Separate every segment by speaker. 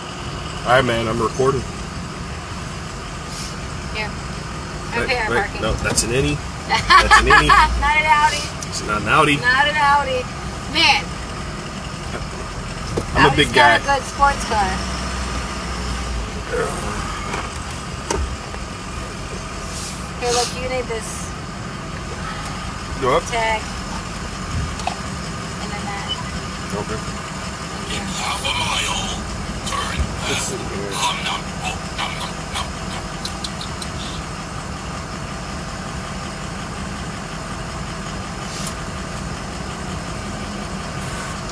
Speaker 1: All right, man, I'm recording.
Speaker 2: Here.
Speaker 1: Right,
Speaker 2: Okay, I'm
Speaker 1: right.
Speaker 2: parking.
Speaker 1: No, that's an innie. That's an innie.
Speaker 2: Not an Audi.
Speaker 1: It's not an Audi.
Speaker 2: Not an Audi. Man.
Speaker 1: I'm a
Speaker 2: Audi's
Speaker 1: big
Speaker 2: got
Speaker 1: guy.
Speaker 2: a good sports car. Here, look, you need this
Speaker 1: Go up.
Speaker 2: tag. And then that.
Speaker 1: Okay.
Speaker 3: half a mile. Turn
Speaker 1: Let's see here.
Speaker 3: um, num, oh, num, num, num, num.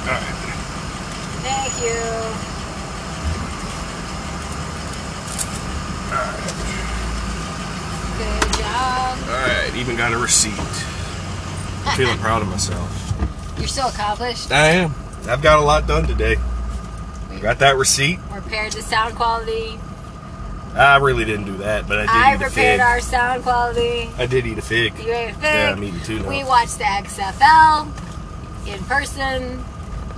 Speaker 1: All right.
Speaker 2: Thank you.
Speaker 1: All right.
Speaker 2: Good job.
Speaker 1: All right. Even got a receipt. I'm feeling proud of myself.
Speaker 2: You're so accomplished.
Speaker 1: I am. I've got a lot done today. Got that receipt.
Speaker 2: We repaired the sound quality.
Speaker 1: I really didn't do that, but I did
Speaker 2: I
Speaker 1: eat a
Speaker 2: repaired
Speaker 1: fig.
Speaker 2: our sound quality.
Speaker 1: I did eat a fig.
Speaker 2: You ate a fig.
Speaker 1: Yeah, I'm eating two now.
Speaker 2: We watched the XFL in person.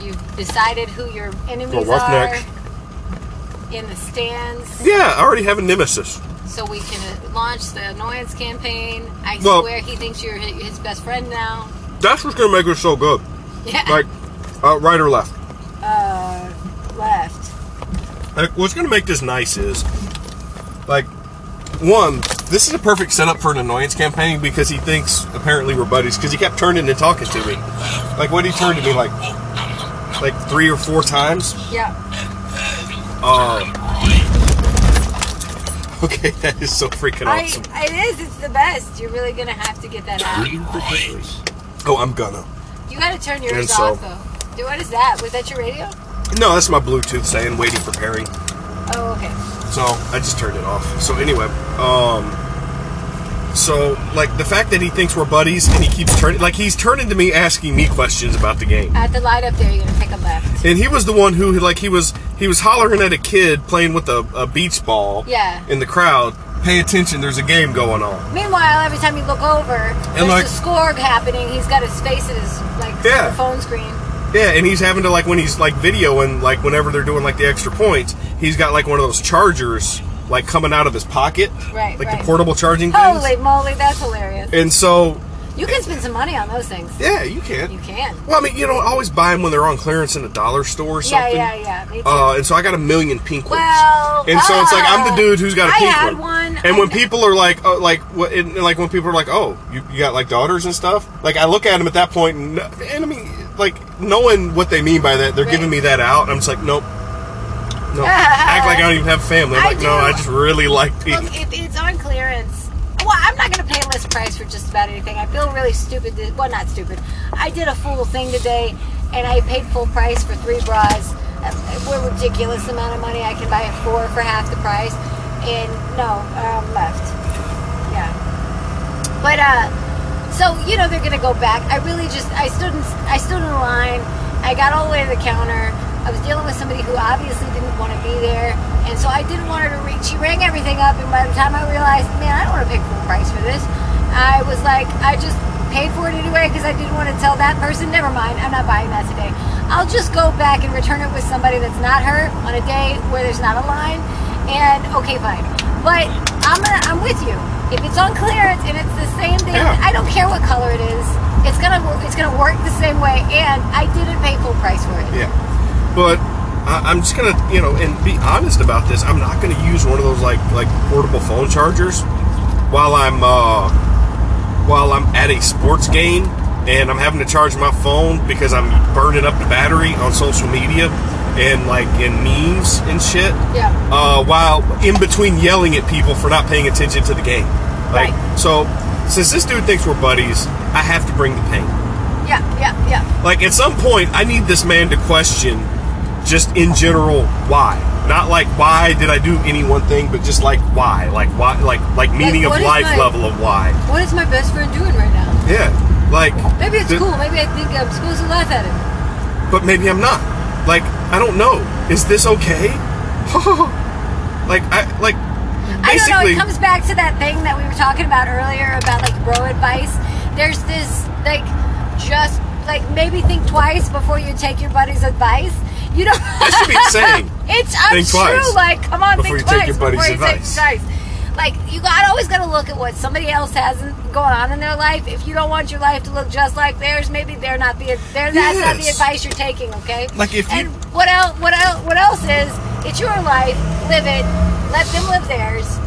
Speaker 2: You've decided who your enemies
Speaker 1: rough
Speaker 2: are
Speaker 1: neck.
Speaker 2: in the stands,
Speaker 1: Yeah, I already have a nemesis.
Speaker 2: so we can uh, launch the annoyance campaign. I
Speaker 1: Well-
Speaker 2: swear he thinks you're hi- his best friend now.
Speaker 1: That's what's gonna make us so good.
Speaker 2: Yeah.
Speaker 1: Like, uh, right or left.
Speaker 2: uh, left.
Speaker 1: Like, what's going to make this nice is, like, one, this is a perfect setup for an annoyance campaign because he thinks apparently we're buddies because he kept turning and talking to me. Like, what he turned to me like, like three or four times.
Speaker 2: Yeah.
Speaker 1: Uh, okay, that is so freaking
Speaker 2: I,
Speaker 1: awesome.
Speaker 2: it is. It's the best. You're really gonna have to get that out.
Speaker 1: Oh, I'm gonna.
Speaker 2: You gotta turn
Speaker 1: And
Speaker 2: yours
Speaker 1: so-
Speaker 2: off though. Dude, what is that? Was that your radio?
Speaker 1: No, that's my Bluetooth saying waiting for Perry.
Speaker 2: Oh, okay.
Speaker 1: So I just turned it off. So anyway, um, so like the fact that he thinks we're buddies and he keeps turning, like he's turning to me asking me questions about the game,
Speaker 2: At the light up there, you're gonna pick a left.
Speaker 1: and he was the one who like he was he was hollering at a kid playing with a, a beach ball,
Speaker 2: Yeah.
Speaker 1: in the crowd. Pay attention, there's a game going on.
Speaker 2: Meanwhile, every time you look over, there's
Speaker 1: like-
Speaker 2: a score happening. He's got his face at his like
Speaker 1: Yeah.
Speaker 2: phone screen.
Speaker 1: Yeah, and he's having to like when he's like videoing like whenever they're doing like the extra points, he's got like one of those chargers like coming out of his pocket,
Speaker 2: Right,
Speaker 1: Like
Speaker 2: right.
Speaker 1: the portable charging things.
Speaker 2: Holy moly, that's hilarious!
Speaker 1: And so
Speaker 2: You can spend some money on those things.
Speaker 1: yeah, you can.
Speaker 2: You can.
Speaker 1: Well, I mean, you don't always buy them when they're on clearance in a dollar store or
Speaker 2: Yeah,
Speaker 1: something.
Speaker 2: yeah, yeah. Me too.
Speaker 1: Uh, and so I got a million pink ones.
Speaker 2: Well,
Speaker 1: and so it's like I'm
Speaker 2: uh,
Speaker 1: the dude who's got a
Speaker 2: I
Speaker 1: pink
Speaker 2: had
Speaker 1: one.
Speaker 2: one.
Speaker 1: And
Speaker 2: I
Speaker 1: when
Speaker 2: kn-
Speaker 1: people are like, uh, like, what- and, and, like when people are like, oh, you, you got like daughters and stuff. Like I look at them at that point, and, and I mean, like knowing what they mean by that, they're
Speaker 2: Right.
Speaker 1: giving me that out. I'm just like, nope, no, act like I don't even have a family. I'm
Speaker 2: I
Speaker 1: like, no,
Speaker 2: do.
Speaker 1: I just really like pink.
Speaker 2: Look, if it's on clearance, well, I'm not going to pay list price for just about anything. I feel really stupid. th- Well, not stupid. I did a fool thing today, and I paid full price for three bras. Uh, What a ridiculous amount of money! I can buy four for half the price. And no, um, left. Yeah. But uh, so you know they're gonna go back. I really just I stood in I stood in line. I got all the way to the counter. I was dealing with somebody who obviously didn't want to be there, and so I didn't want her to reach. She rang everything up, and by the time I realized, man, I don't want to pay full price for this. I was like, I just paid for it anyway because I didn't want to tell that person. Never mind, I'm not buying that today. I'll just go back and return it with somebody that's not her on a day where there's not a line. And okay, fine. But I'm gonna, I'm with you. If it's on clearance and it's the same thing,
Speaker 1: Yeah.
Speaker 2: I don't care what color it is. It's gonna work. It's gonna work the same way. And I didn't pay full price for it.
Speaker 1: Yeah, but I, I'm just gonna, you know, and be honest about this. I'm not gonna use one of those like like portable phone chargers while I'm uh, while I'm at a sports game and I'm having to charge my phone because I'm burning up the battery on social media and like in memes and shit.
Speaker 2: Yeah.
Speaker 1: Uh, while in between yelling at people for not paying attention to the game. Like,
Speaker 2: Right.
Speaker 1: So since this dude thinks we're buddies, I have to bring the pain.
Speaker 2: Yeah. Yeah. Yeah.
Speaker 1: Like at some point, I need this man to question, just in general, why. Not like why did I do any one thing, but just like why, like why, like like meaning
Speaker 2: what
Speaker 1: of
Speaker 2: is
Speaker 1: life
Speaker 2: my-
Speaker 1: level of why.
Speaker 2: What is my best friend doing right now?
Speaker 1: Yeah, like
Speaker 2: Maybe it's
Speaker 1: th-
Speaker 2: cool. Maybe I think I'm supposed to laugh at him.
Speaker 1: but maybe I'm not. Like I don't know. Is this okay? like I like
Speaker 2: I don't know.
Speaker 1: basically.
Speaker 2: It comes back to that thing that we were talking about earlier about like bro advice. There's this like just like maybe think twice before you take your buddy's advice. You don't.
Speaker 1: That should be saying.
Speaker 2: It's I'm
Speaker 1: Think twice
Speaker 2: true. Like, come on,
Speaker 1: before
Speaker 2: think
Speaker 1: you take
Speaker 2: twice
Speaker 1: your buddy's
Speaker 2: before you take
Speaker 1: advice.
Speaker 2: advice. Like, you got always got to look at what somebody else has in- going on in their life. If you don't want your life to look just like theirs, maybe they're not the they're, that's not the
Speaker 1: Yes.
Speaker 2: advice you're taking. Okay.
Speaker 1: Like, if you-
Speaker 2: and what else? What else? What else is? It's your life. Live it. Let them live theirs.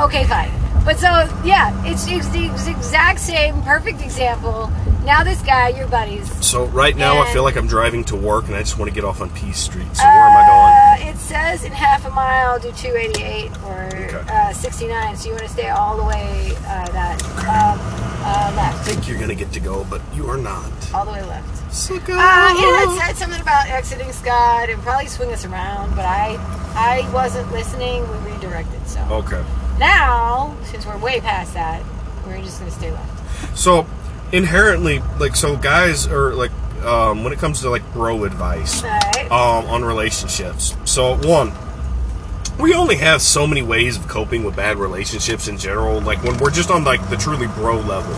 Speaker 2: Okay, fine. But so yeah, it's, it's the ex- exact same perfect example. Now this guy, your buddies.
Speaker 1: So right now I
Speaker 2: And-
Speaker 1: feel like I'm driving to work and I just want to get off on Peace Street. So where am I
Speaker 2: Uh, it says in half a mile, do 288 or
Speaker 1: Okay.
Speaker 2: uh, 69. So you want to stay all the way uh, that um, uh, left,
Speaker 1: going? I think you're gonna get to go, but you are not.
Speaker 2: all the way left.
Speaker 1: So go.
Speaker 2: Uh, yeah, it said something about exiting Scott and probably swing us around, but I I wasn't listening. We redirected. So
Speaker 1: okay.
Speaker 2: now, since we're way past that, we're just gonna stay left.
Speaker 1: So inherently, like, so guys are like, um, when it comes to like bro advice,
Speaker 2: All right.
Speaker 1: um, on relationships. So one, we only have so many ways of coping with bad relationships in general. Like when we're just on like the truly bro level.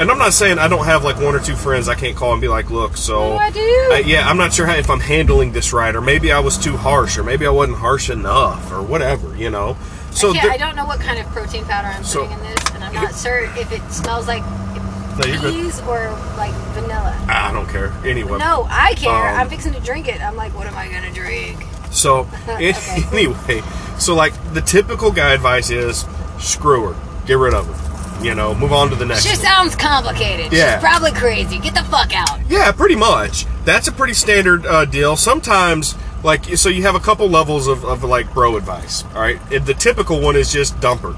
Speaker 1: And I'm not saying I don't have like one or two friends I can't call and be like, look, so
Speaker 2: What do I do?
Speaker 1: Uh, yeah, I'm not sure how, if I'm handling this right, or maybe I was too harsh, or maybe I wasn't harsh enough, or whatever. You know. So
Speaker 2: Yeah,
Speaker 1: there-
Speaker 2: I don't know what kind of protein powder I'm
Speaker 1: So-
Speaker 2: putting in this, and I'm not sure if it smells like
Speaker 1: No, you're good.
Speaker 2: peas or like vanilla.
Speaker 1: I don't care anyway.
Speaker 2: No, I care.
Speaker 1: Um,
Speaker 2: I'm fixing to drink it. I'm like, what am I gonna drink?
Speaker 1: So
Speaker 2: Okay.
Speaker 1: anyway, so like the typical guy advice is screw her, get rid of her, you know, move on to the next.
Speaker 2: She
Speaker 1: one.
Speaker 2: sounds complicated.
Speaker 1: Yeah.
Speaker 2: She's probably crazy. Get the fuck out.
Speaker 1: Yeah, pretty much. That's a pretty standard uh, deal. Sometimes, like, so you have a couple levels of, of like bro advice. All right, and the typical one is just dump her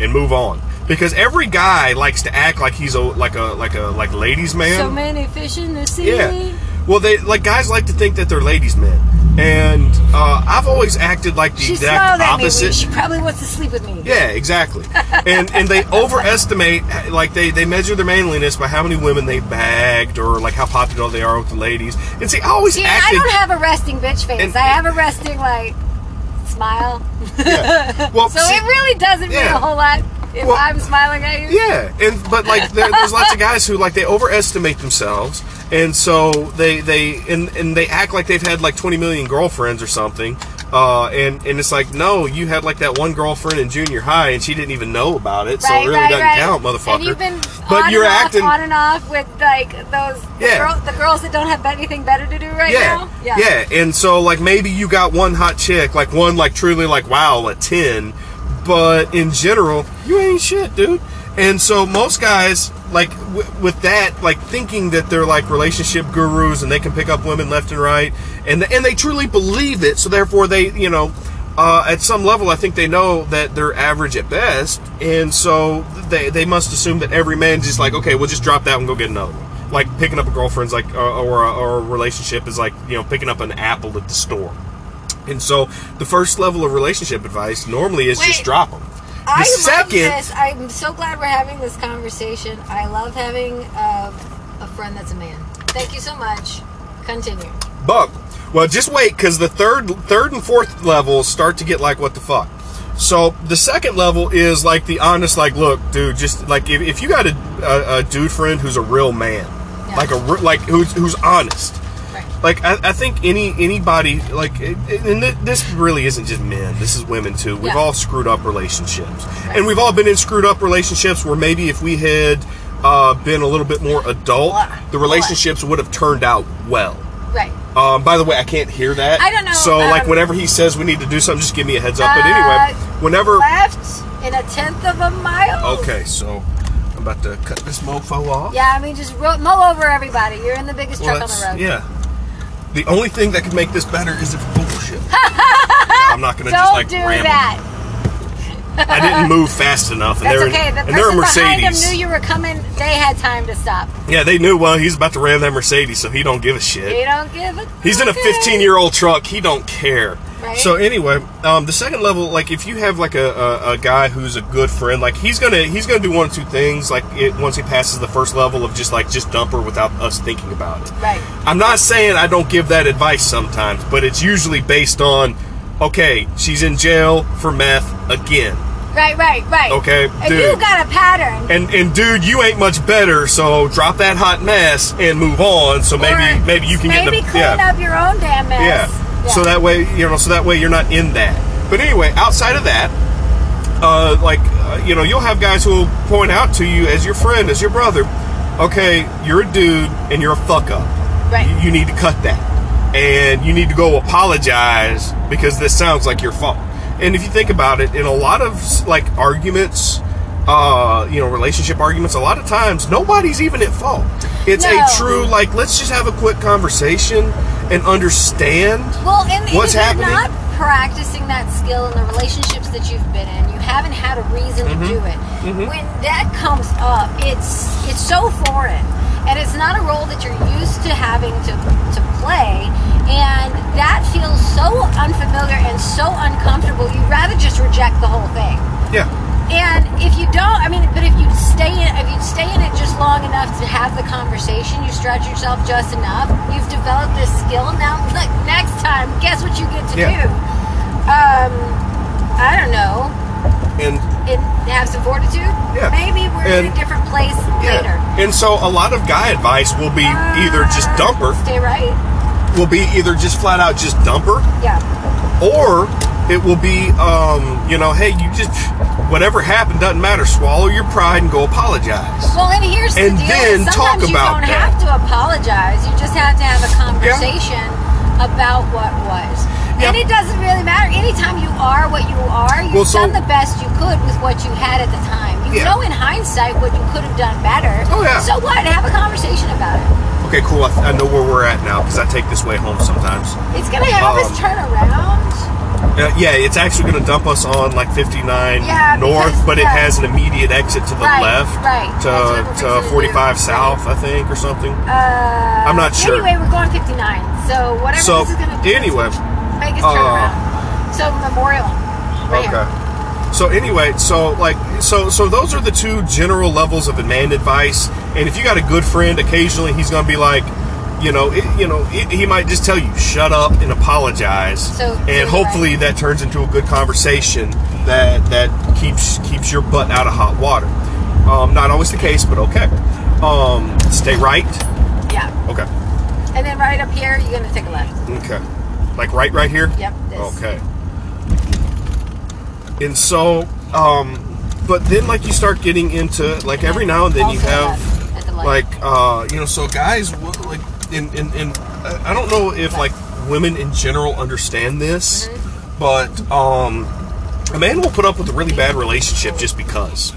Speaker 1: and move on because every guy likes to act like he's a like a like a like ladies man.
Speaker 2: So many fish in the sea.
Speaker 1: Yeah. Well, they like guys like to think that they're ladies men, and uh, I've always acted like the
Speaker 2: She
Speaker 1: exact
Speaker 2: smiled at me.
Speaker 1: opposite.
Speaker 2: She probably wants to sleep with me.
Speaker 1: Yeah, exactly. And and they overestimate, like they they measure their manliness by how many women they bagged or like how popular they are with the ladies. And see, I always
Speaker 2: See, I
Speaker 1: acted.
Speaker 2: don't have a resting bitch face.
Speaker 1: And-
Speaker 2: I have a resting like smile.
Speaker 1: well,
Speaker 2: So
Speaker 1: see-
Speaker 2: it really doesn't mean
Speaker 1: yeah.
Speaker 2: a whole lot if
Speaker 1: Well-
Speaker 2: I'm smiling at you.
Speaker 1: yeah, and but like there, there's lots of guys who like they overestimate themselves, and so they they and and they act like they've had like 20 million girlfriends or something. Uh, and and it's like no, you had like that one girlfriend in junior high, and she didn't even know about it, so it
Speaker 2: right,
Speaker 1: really
Speaker 2: right,
Speaker 1: doesn't
Speaker 2: right.
Speaker 1: count, motherfucker.
Speaker 2: And you've been
Speaker 1: but
Speaker 2: on
Speaker 1: you're
Speaker 2: and off,
Speaker 1: acting
Speaker 2: on and off with like those the
Speaker 1: Yeah.
Speaker 2: girl- the girls that don't have anything better to do right
Speaker 1: yeah,
Speaker 2: now.
Speaker 1: yeah, And so like maybe you got one hot chick, like one like truly like wow a ten, but in general you ain't shit, dude. And so most guys like w- with that like thinking that they're like relationship gurus and they can pick up women left and right, and and they truly believe it. So therefore they you know. Uh, at some level, I think they know that they're average at best, and so they, they must assume that every man's just like, okay, we'll just drop that and go get another one like picking up a girlfriend's like or, or, a, or a relationship is like you know picking up an apple at the store and so the first level of relationship advice normally is just
Speaker 2: Wait.
Speaker 1: drop them the
Speaker 2: I
Speaker 1: second
Speaker 2: love this. I'm so glad we're having this conversation. I love having uh, a friend that's a man. Thank you so much. Continue.
Speaker 1: bug well just wait because the third third and fourth levels start to get like what the fuck so the second level is like the honest like look dude just like if, if you got a, a, a dude friend who's a real man
Speaker 2: Yeah.
Speaker 1: like a re- like who's who's honest
Speaker 2: Right.
Speaker 1: like I, I think any anybody like it- it- and thi- this really isn't just men this is women too we've
Speaker 2: Yeah.
Speaker 1: all screwed up relationships and we've all been in screwed up relationships where maybe if we had uh, been a little bit more adult
Speaker 2: Blah.
Speaker 1: the relationships would have turned out well
Speaker 2: Right.
Speaker 1: um, by the way i can't hear that
Speaker 2: I don't know,
Speaker 1: so like
Speaker 2: um,
Speaker 1: whenever he says we need to do something just give me a heads up but
Speaker 2: Uh,
Speaker 1: anyway whenever
Speaker 2: Left in a tenth of a mile.
Speaker 1: okay so i'm about to cut this mofo off
Speaker 2: Yeah, I mean, just ro- mow over everybody. You're in the biggest
Speaker 1: Well,
Speaker 2: truck on the
Speaker 1: that's-
Speaker 2: road.
Speaker 1: Yeah. The only thing that could make this better is if bullshit. No, I'm not gonna
Speaker 2: Don't
Speaker 1: just like
Speaker 2: do
Speaker 1: ramble.
Speaker 2: that.
Speaker 1: I didn't move fast enough, and
Speaker 2: That's
Speaker 1: they're
Speaker 2: okay. The
Speaker 1: and they're a
Speaker 2: person behind them
Speaker 1: Mercedes.
Speaker 2: knew you were coming. They had time to stop.
Speaker 1: yeah, they knew. Well, he's about to ram that Mercedes, so he don't give a shit.
Speaker 2: You don't give a.
Speaker 1: He's in a
Speaker 2: fuck.
Speaker 1: 15 year old truck. He don't care.
Speaker 2: Right.
Speaker 1: So anyway, um, the second level, like if you have like a, a, a guy who's a good friend, like he's gonna he's gonna do one or two things. Like it, once he passes the first level of just like just dump her without us thinking about it.
Speaker 2: Right.
Speaker 1: I'm not saying I don't give that advice sometimes, but it's usually based on, okay, she's in jail for meth again,
Speaker 2: Right, right, right.
Speaker 1: Okay,
Speaker 2: If
Speaker 1: dude.
Speaker 2: you got a pattern,
Speaker 1: and and dude, you ain't much better, so drop that hot mess and move on. So maybe
Speaker 2: Or
Speaker 1: maybe you can
Speaker 2: maybe
Speaker 1: get the
Speaker 2: clean
Speaker 1: yeah.
Speaker 2: up your own damn mess.
Speaker 1: Yeah. So that way, you know, so that way you're not in that. But anyway, outside of that, uh, like uh, you know, you'll have guys who will point out to you as your friend, as your brother. Okay, you're a dude and you're a fuck up.
Speaker 2: Right.
Speaker 1: You, you need to cut that, and you need to go apologize because this sounds like your fault. And if you think about it, in a lot of like arguments, uh, you know, relationship arguments, a lot of times nobody's even at fault. It's
Speaker 2: No.
Speaker 1: a true like let's just have a quick conversation and understand
Speaker 2: Well, and and
Speaker 1: What's
Speaker 2: if
Speaker 1: happening-
Speaker 2: you're not practicing that skill in the relationships that you've been in, you haven't had a reason to
Speaker 1: Mm-hmm.
Speaker 2: do it. When that comes up, it's it's so foreign, and it's not a role that you're used to having to to play, and that feels so unfamiliar and so uncomfortable. You'd rather just reject the whole thing.
Speaker 1: Yeah,
Speaker 2: And if you don't, I mean, but if you stay in, if you stay in it just long enough to have the conversation, you stretch yourself just enough. You've developed this skill. Now, look, next time, guess what you get to
Speaker 1: Yeah.
Speaker 2: do? Um, I don't know.
Speaker 1: and
Speaker 2: And have some fortitude.
Speaker 1: Yeah.
Speaker 2: Maybe we're in a
Speaker 1: And-
Speaker 2: different place later.
Speaker 1: yeah, and so a lot of guy advice will be either just
Speaker 2: Uh,
Speaker 1: dumper,
Speaker 2: Stay right.
Speaker 1: will be either just flat out just dumper,
Speaker 2: Yeah.
Speaker 1: or it will be, um, you know, hey, you just whatever happened doesn't matter. Swallow your pride and go apologize.
Speaker 2: Well, and here's
Speaker 1: And
Speaker 2: the deal.
Speaker 1: then
Speaker 2: Sometimes
Speaker 1: talk
Speaker 2: you
Speaker 1: about
Speaker 2: don't
Speaker 1: that.
Speaker 2: have to apologize. You just have to have a conversation about what was. And
Speaker 1: Yeah.
Speaker 2: it doesn't really matter. Anytime you are what you are, you've
Speaker 1: Well, so-
Speaker 2: done the best you could with what you had at the time. You
Speaker 1: Yeah.
Speaker 2: know in hindsight what you could have done better.
Speaker 1: Oh, yeah.
Speaker 2: So what? Have a conversation about it.
Speaker 1: Okay, cool. I, I know where we're at now because I take this way home sometimes.
Speaker 2: It's gonna help us
Speaker 1: Um,
Speaker 2: turn around.
Speaker 1: Uh, yeah, it's actually going to dump us on like 59
Speaker 2: Yeah,
Speaker 1: north,
Speaker 2: because-
Speaker 1: but it
Speaker 2: yeah.
Speaker 1: has an immediate exit to the
Speaker 2: Right,
Speaker 1: left,
Speaker 2: right. That's what we're
Speaker 1: to,
Speaker 2: fixing to
Speaker 1: to
Speaker 2: do.
Speaker 1: 45 south, I think, or something.
Speaker 2: Uh,
Speaker 1: I'm not sure.
Speaker 2: Anyway, we're going 59. So whatever
Speaker 1: So,
Speaker 2: this is gonna do,
Speaker 1: anyway,
Speaker 2: make us turn
Speaker 1: uh,
Speaker 2: around. So memorial. Right here.
Speaker 1: Okay. So anyway, so like so so those are the two general levels of man advice. And if you got a good friend, occasionally he's going to be like, you know, it, you know, it, he might just tell you shut up and apologize.
Speaker 2: So- so you're
Speaker 1: and hopefully that turns into a good conversation that that keeps keeps your butt out of hot water. Um, not always the case, but okay. Um, stay right.
Speaker 2: Yeah.
Speaker 1: Okay.
Speaker 2: And then right up here, you're gonna take a left.
Speaker 1: Okay. Like right right here?
Speaker 2: Yep, this.
Speaker 1: Okay. And so, um, but then like you start getting into like every now and then you
Speaker 2: Also
Speaker 1: have
Speaker 2: left at the light.
Speaker 1: like uh, you know so guys w- like in in, in I I don't know if like women in general understand this,
Speaker 2: Mm-hmm.
Speaker 1: but um, a man will put up with a really bad relationship just because.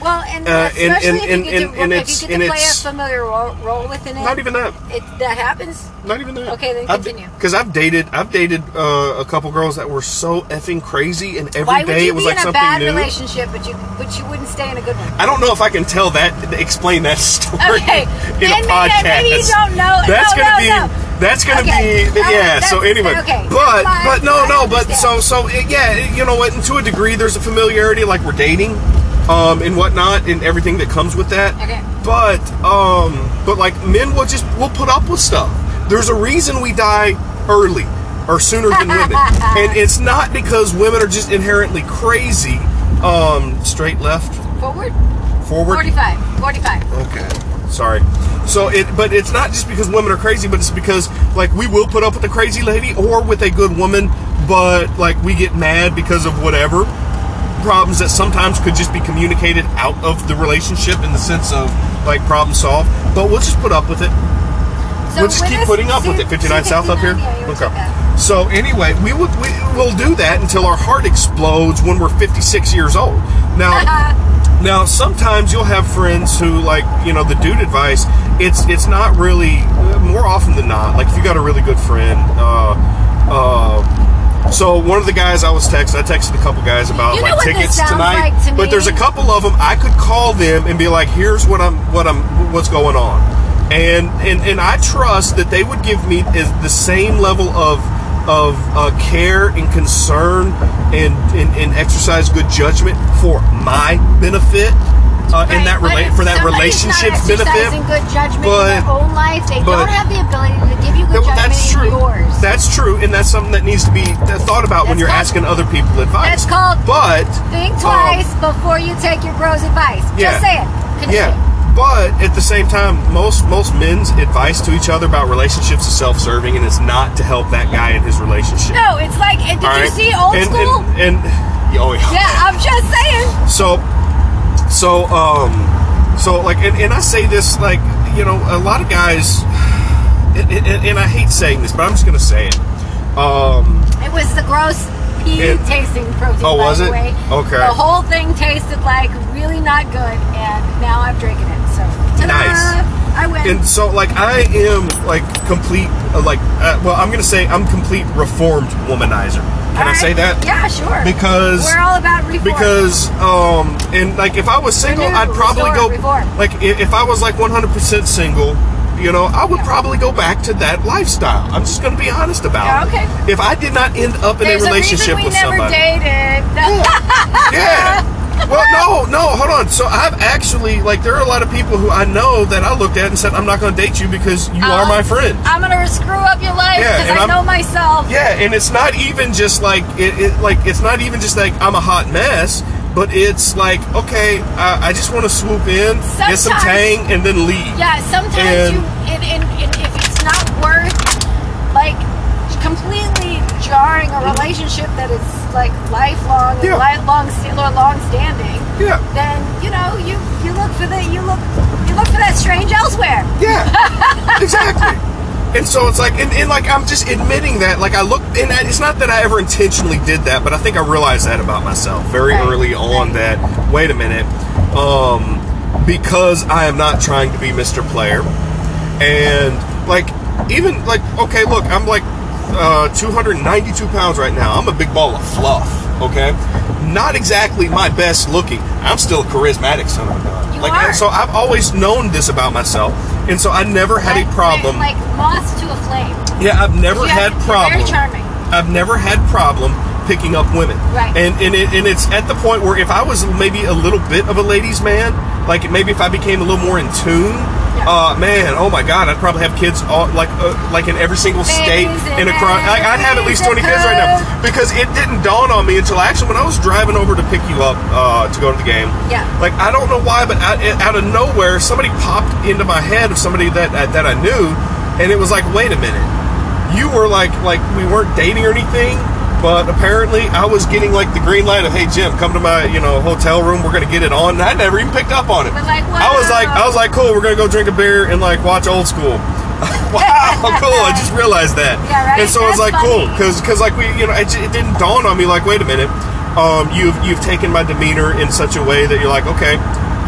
Speaker 2: well, and
Speaker 1: uh, and-
Speaker 2: especially
Speaker 1: and-
Speaker 2: if you get
Speaker 1: and-
Speaker 2: to,
Speaker 1: and
Speaker 2: if
Speaker 1: it's-
Speaker 2: you get
Speaker 1: and
Speaker 2: to play a
Speaker 1: it's-
Speaker 2: familiar role, role within it,
Speaker 1: Not even that.
Speaker 2: it that happens.
Speaker 1: Not even that.
Speaker 2: Okay, then continue.
Speaker 1: Because I've dated, I've dated uh, a couple girls that were so effing crazy, and every day
Speaker 2: Why would you
Speaker 1: it was
Speaker 2: be
Speaker 1: like
Speaker 2: in a
Speaker 1: something
Speaker 2: bad
Speaker 1: new.
Speaker 2: relationship, but you but you wouldn't stay in a good one?
Speaker 1: I don't know if I can tell that explain that story
Speaker 2: Okay,
Speaker 1: in a
Speaker 2: then maybe-
Speaker 1: podcast.
Speaker 2: maybe you don't know-
Speaker 1: That's
Speaker 2: no,
Speaker 1: gonna
Speaker 2: no,
Speaker 1: be
Speaker 2: no.
Speaker 1: that's gonna
Speaker 2: Okay.
Speaker 1: be
Speaker 2: All right,
Speaker 1: yeah. so
Speaker 2: that's-
Speaker 1: anyway,
Speaker 2: okay, that's
Speaker 1: but
Speaker 2: fine.
Speaker 1: but no
Speaker 2: I
Speaker 1: no but so so
Speaker 2: understand.
Speaker 1: it, yeah it- you know what and to a degree there's a familiarity like we're dating um and whatnot and everything that comes with that.
Speaker 2: Okay.
Speaker 1: But um but like men will just will put up with stuff. There's a reason we die early or sooner than women, and it's not because women are just inherently crazy. Um, straight left,
Speaker 2: Forward,
Speaker 1: forward.
Speaker 2: 45, 45.
Speaker 1: Okay. Sorry. So it, but it's not just because women are crazy, but it's because like we will put up with a crazy lady or with a good woman, but like we get mad because of whatever problems that sometimes could just be communicated out of the relationship in the sense of like problem solved. But we'll just put up with it.
Speaker 2: So
Speaker 1: we'll just
Speaker 2: with
Speaker 1: keep
Speaker 2: this-
Speaker 1: putting up
Speaker 2: see-
Speaker 1: with it. 59
Speaker 2: see
Speaker 1: South up here.
Speaker 2: 59? Yeah, you were okay.
Speaker 1: So anyway, we will we will do that until our heart explodes when we're 56 years old. Now. Now, sometimes you'll have friends who like, you know, the dude advice. It's it's not really more often than not. Like if you got a really good friend. Uh, uh, so one of the guys I was texting, I texted a couple guys about
Speaker 2: You know
Speaker 1: my
Speaker 2: what this
Speaker 1: tickets
Speaker 2: sounds
Speaker 1: tonight.
Speaker 2: like to me?
Speaker 1: But there's a couple of them I could call them and be like, here's what I'm what I'm what's going on, and and and I trust that they would give me is the same level of of uh, care and concern and, and and exercise good judgment for my benefit uh, in that relate
Speaker 2: Right, but
Speaker 1: for that
Speaker 2: somebody's not
Speaker 1: relationship's benefit.
Speaker 2: exercising good judgment in
Speaker 1: but-
Speaker 2: their own life. They
Speaker 1: but-
Speaker 2: don't have the ability to give you good
Speaker 1: That-
Speaker 2: judgment
Speaker 1: that's
Speaker 2: in
Speaker 1: true.
Speaker 2: yours.
Speaker 1: That's true, and that's something that needs to be thought about when you're
Speaker 2: That's called-
Speaker 1: asking other people advice.
Speaker 2: that's called
Speaker 1: but
Speaker 2: Think
Speaker 1: um,
Speaker 2: twice before you take your bro's advice.
Speaker 1: Yeah.
Speaker 2: Just say it. Continue.
Speaker 1: Yeah. But at the same time, most most men's advice to each other about relationships is self-serving, and it's not to help that guy in his relationship.
Speaker 2: No, it's like, and did
Speaker 1: All
Speaker 2: you
Speaker 1: right?
Speaker 2: see old
Speaker 1: and,
Speaker 2: school?
Speaker 1: And, and oh yeah.
Speaker 2: yeah, I'm just saying.
Speaker 1: So, so, um, so like, and, and I say this like, you know, a lot of guys, and, and, and I hate saying this, but I'm just gonna say it. Um,
Speaker 2: It was the gross pea
Speaker 1: It-
Speaker 2: tasting protein.
Speaker 1: Oh,
Speaker 2: by
Speaker 1: was
Speaker 2: the
Speaker 1: it?
Speaker 2: Way.
Speaker 1: Okay.
Speaker 2: The whole thing tasted like really not good, and now I'm drinking it. So ta-da!
Speaker 1: Nice.
Speaker 2: I win.
Speaker 1: and so like I am like complete uh, like uh, well I'm gonna say I'm complete reformed womanizer. Can
Speaker 2: All
Speaker 1: I
Speaker 2: right.
Speaker 1: say that?
Speaker 2: Yeah, sure.
Speaker 1: Because-
Speaker 2: we're all about reform.
Speaker 1: Because um and like if I was single,
Speaker 2: Renew,
Speaker 1: I'd probably
Speaker 2: restore,
Speaker 1: go
Speaker 2: reform.
Speaker 1: like i- if I was like 100% single, you know, I would
Speaker 2: Yeah.
Speaker 1: probably go back to that lifestyle. I'm just gonna be honest about
Speaker 2: Yeah,
Speaker 1: it.
Speaker 2: okay.
Speaker 1: If I did not end up in
Speaker 2: there's
Speaker 1: a relationship
Speaker 2: a reason we
Speaker 1: with
Speaker 2: never
Speaker 1: somebody,
Speaker 2: dated. No.
Speaker 1: yeah. Well, no, no, hold on. So I've actually like there are a lot of people who I know that I looked at and said I'm not gonna date you because you are
Speaker 2: Um,
Speaker 1: my friend.
Speaker 2: I'm gonna screw up your life
Speaker 1: Yeah,
Speaker 2: because
Speaker 1: and
Speaker 2: I
Speaker 1: I'm-
Speaker 2: know myself.
Speaker 1: Yeah, and it's not even just like it, it like it's not even just like I'm a hot mess, but it's like okay, I, I just want to swoop in, get some
Speaker 2: Sometimes-
Speaker 1: tang, and then leave.
Speaker 2: Yeah, sometimes
Speaker 1: And-
Speaker 2: you, and, and, and if it's not worth like completely jarring a relationship that is like lifelong,
Speaker 1: Yeah.
Speaker 2: and lifelong st- or long standing,
Speaker 1: Yeah,
Speaker 2: then you know you you look for the you look you look for that strange elsewhere.
Speaker 1: yeah, exactly. And so it's like, and, and like I'm just admitting that, like I look, and I, it's not that I ever intentionally did that, but I think I realized that about myself very
Speaker 2: Right,
Speaker 1: early on.
Speaker 2: right.
Speaker 1: That wait a minute, um, because I am not trying to be Mr. Player, and like even like okay, look, I'm like uh, 292 pounds right now. I'm a big ball of fluff. Okay, not exactly my best looking. I'm still a charismatic son of a gun.
Speaker 2: You
Speaker 1: like
Speaker 2: are.
Speaker 1: and so I've always known this about myself, and so I never had
Speaker 2: Like-
Speaker 1: a problem.
Speaker 2: like moth to a flame.
Speaker 1: yeah, I've never
Speaker 2: Yeah,
Speaker 1: had
Speaker 2: you're
Speaker 1: problem.
Speaker 2: Very charming.
Speaker 1: I've never had problem picking up women.
Speaker 2: Right.
Speaker 1: And and, it, and it's at the point where if I was maybe a little bit of a ladies' man, like maybe if I became a little more in tune. Uh,
Speaker 2: Yeah.
Speaker 1: man, oh my God! I'd probably have kids all, like uh, like in every single state
Speaker 2: Babies in
Speaker 1: in across. I, I'd have at least twenty kids right now because it didn't dawn on me until actually when I was driving over to pick you up uh, to go to the game.
Speaker 2: Yeah.
Speaker 1: Like I don't know why, but out, out of nowhere, somebody popped into my head of somebody that that I knew, and it was like, wait a minute, you were like like we weren't dating or anything. But apparently, I was getting like the green light of, "Hey Jim, come to my you know hotel room. We're gonna get it on." And I never even picked up on it.
Speaker 2: But, like,
Speaker 1: I was like,
Speaker 2: wow.
Speaker 1: I was like, "Cool, we're gonna go drink a beer and like watch old school." wow, cool! I just realized that.
Speaker 2: Yeah, right?
Speaker 1: And so it's
Speaker 2: That's
Speaker 1: like, cool,
Speaker 2: funny.
Speaker 1: because because like we, you know, it, j- it didn't dawn on me like, wait a minute, um, you've you've taken my demeanor in such a way that you're like, okay,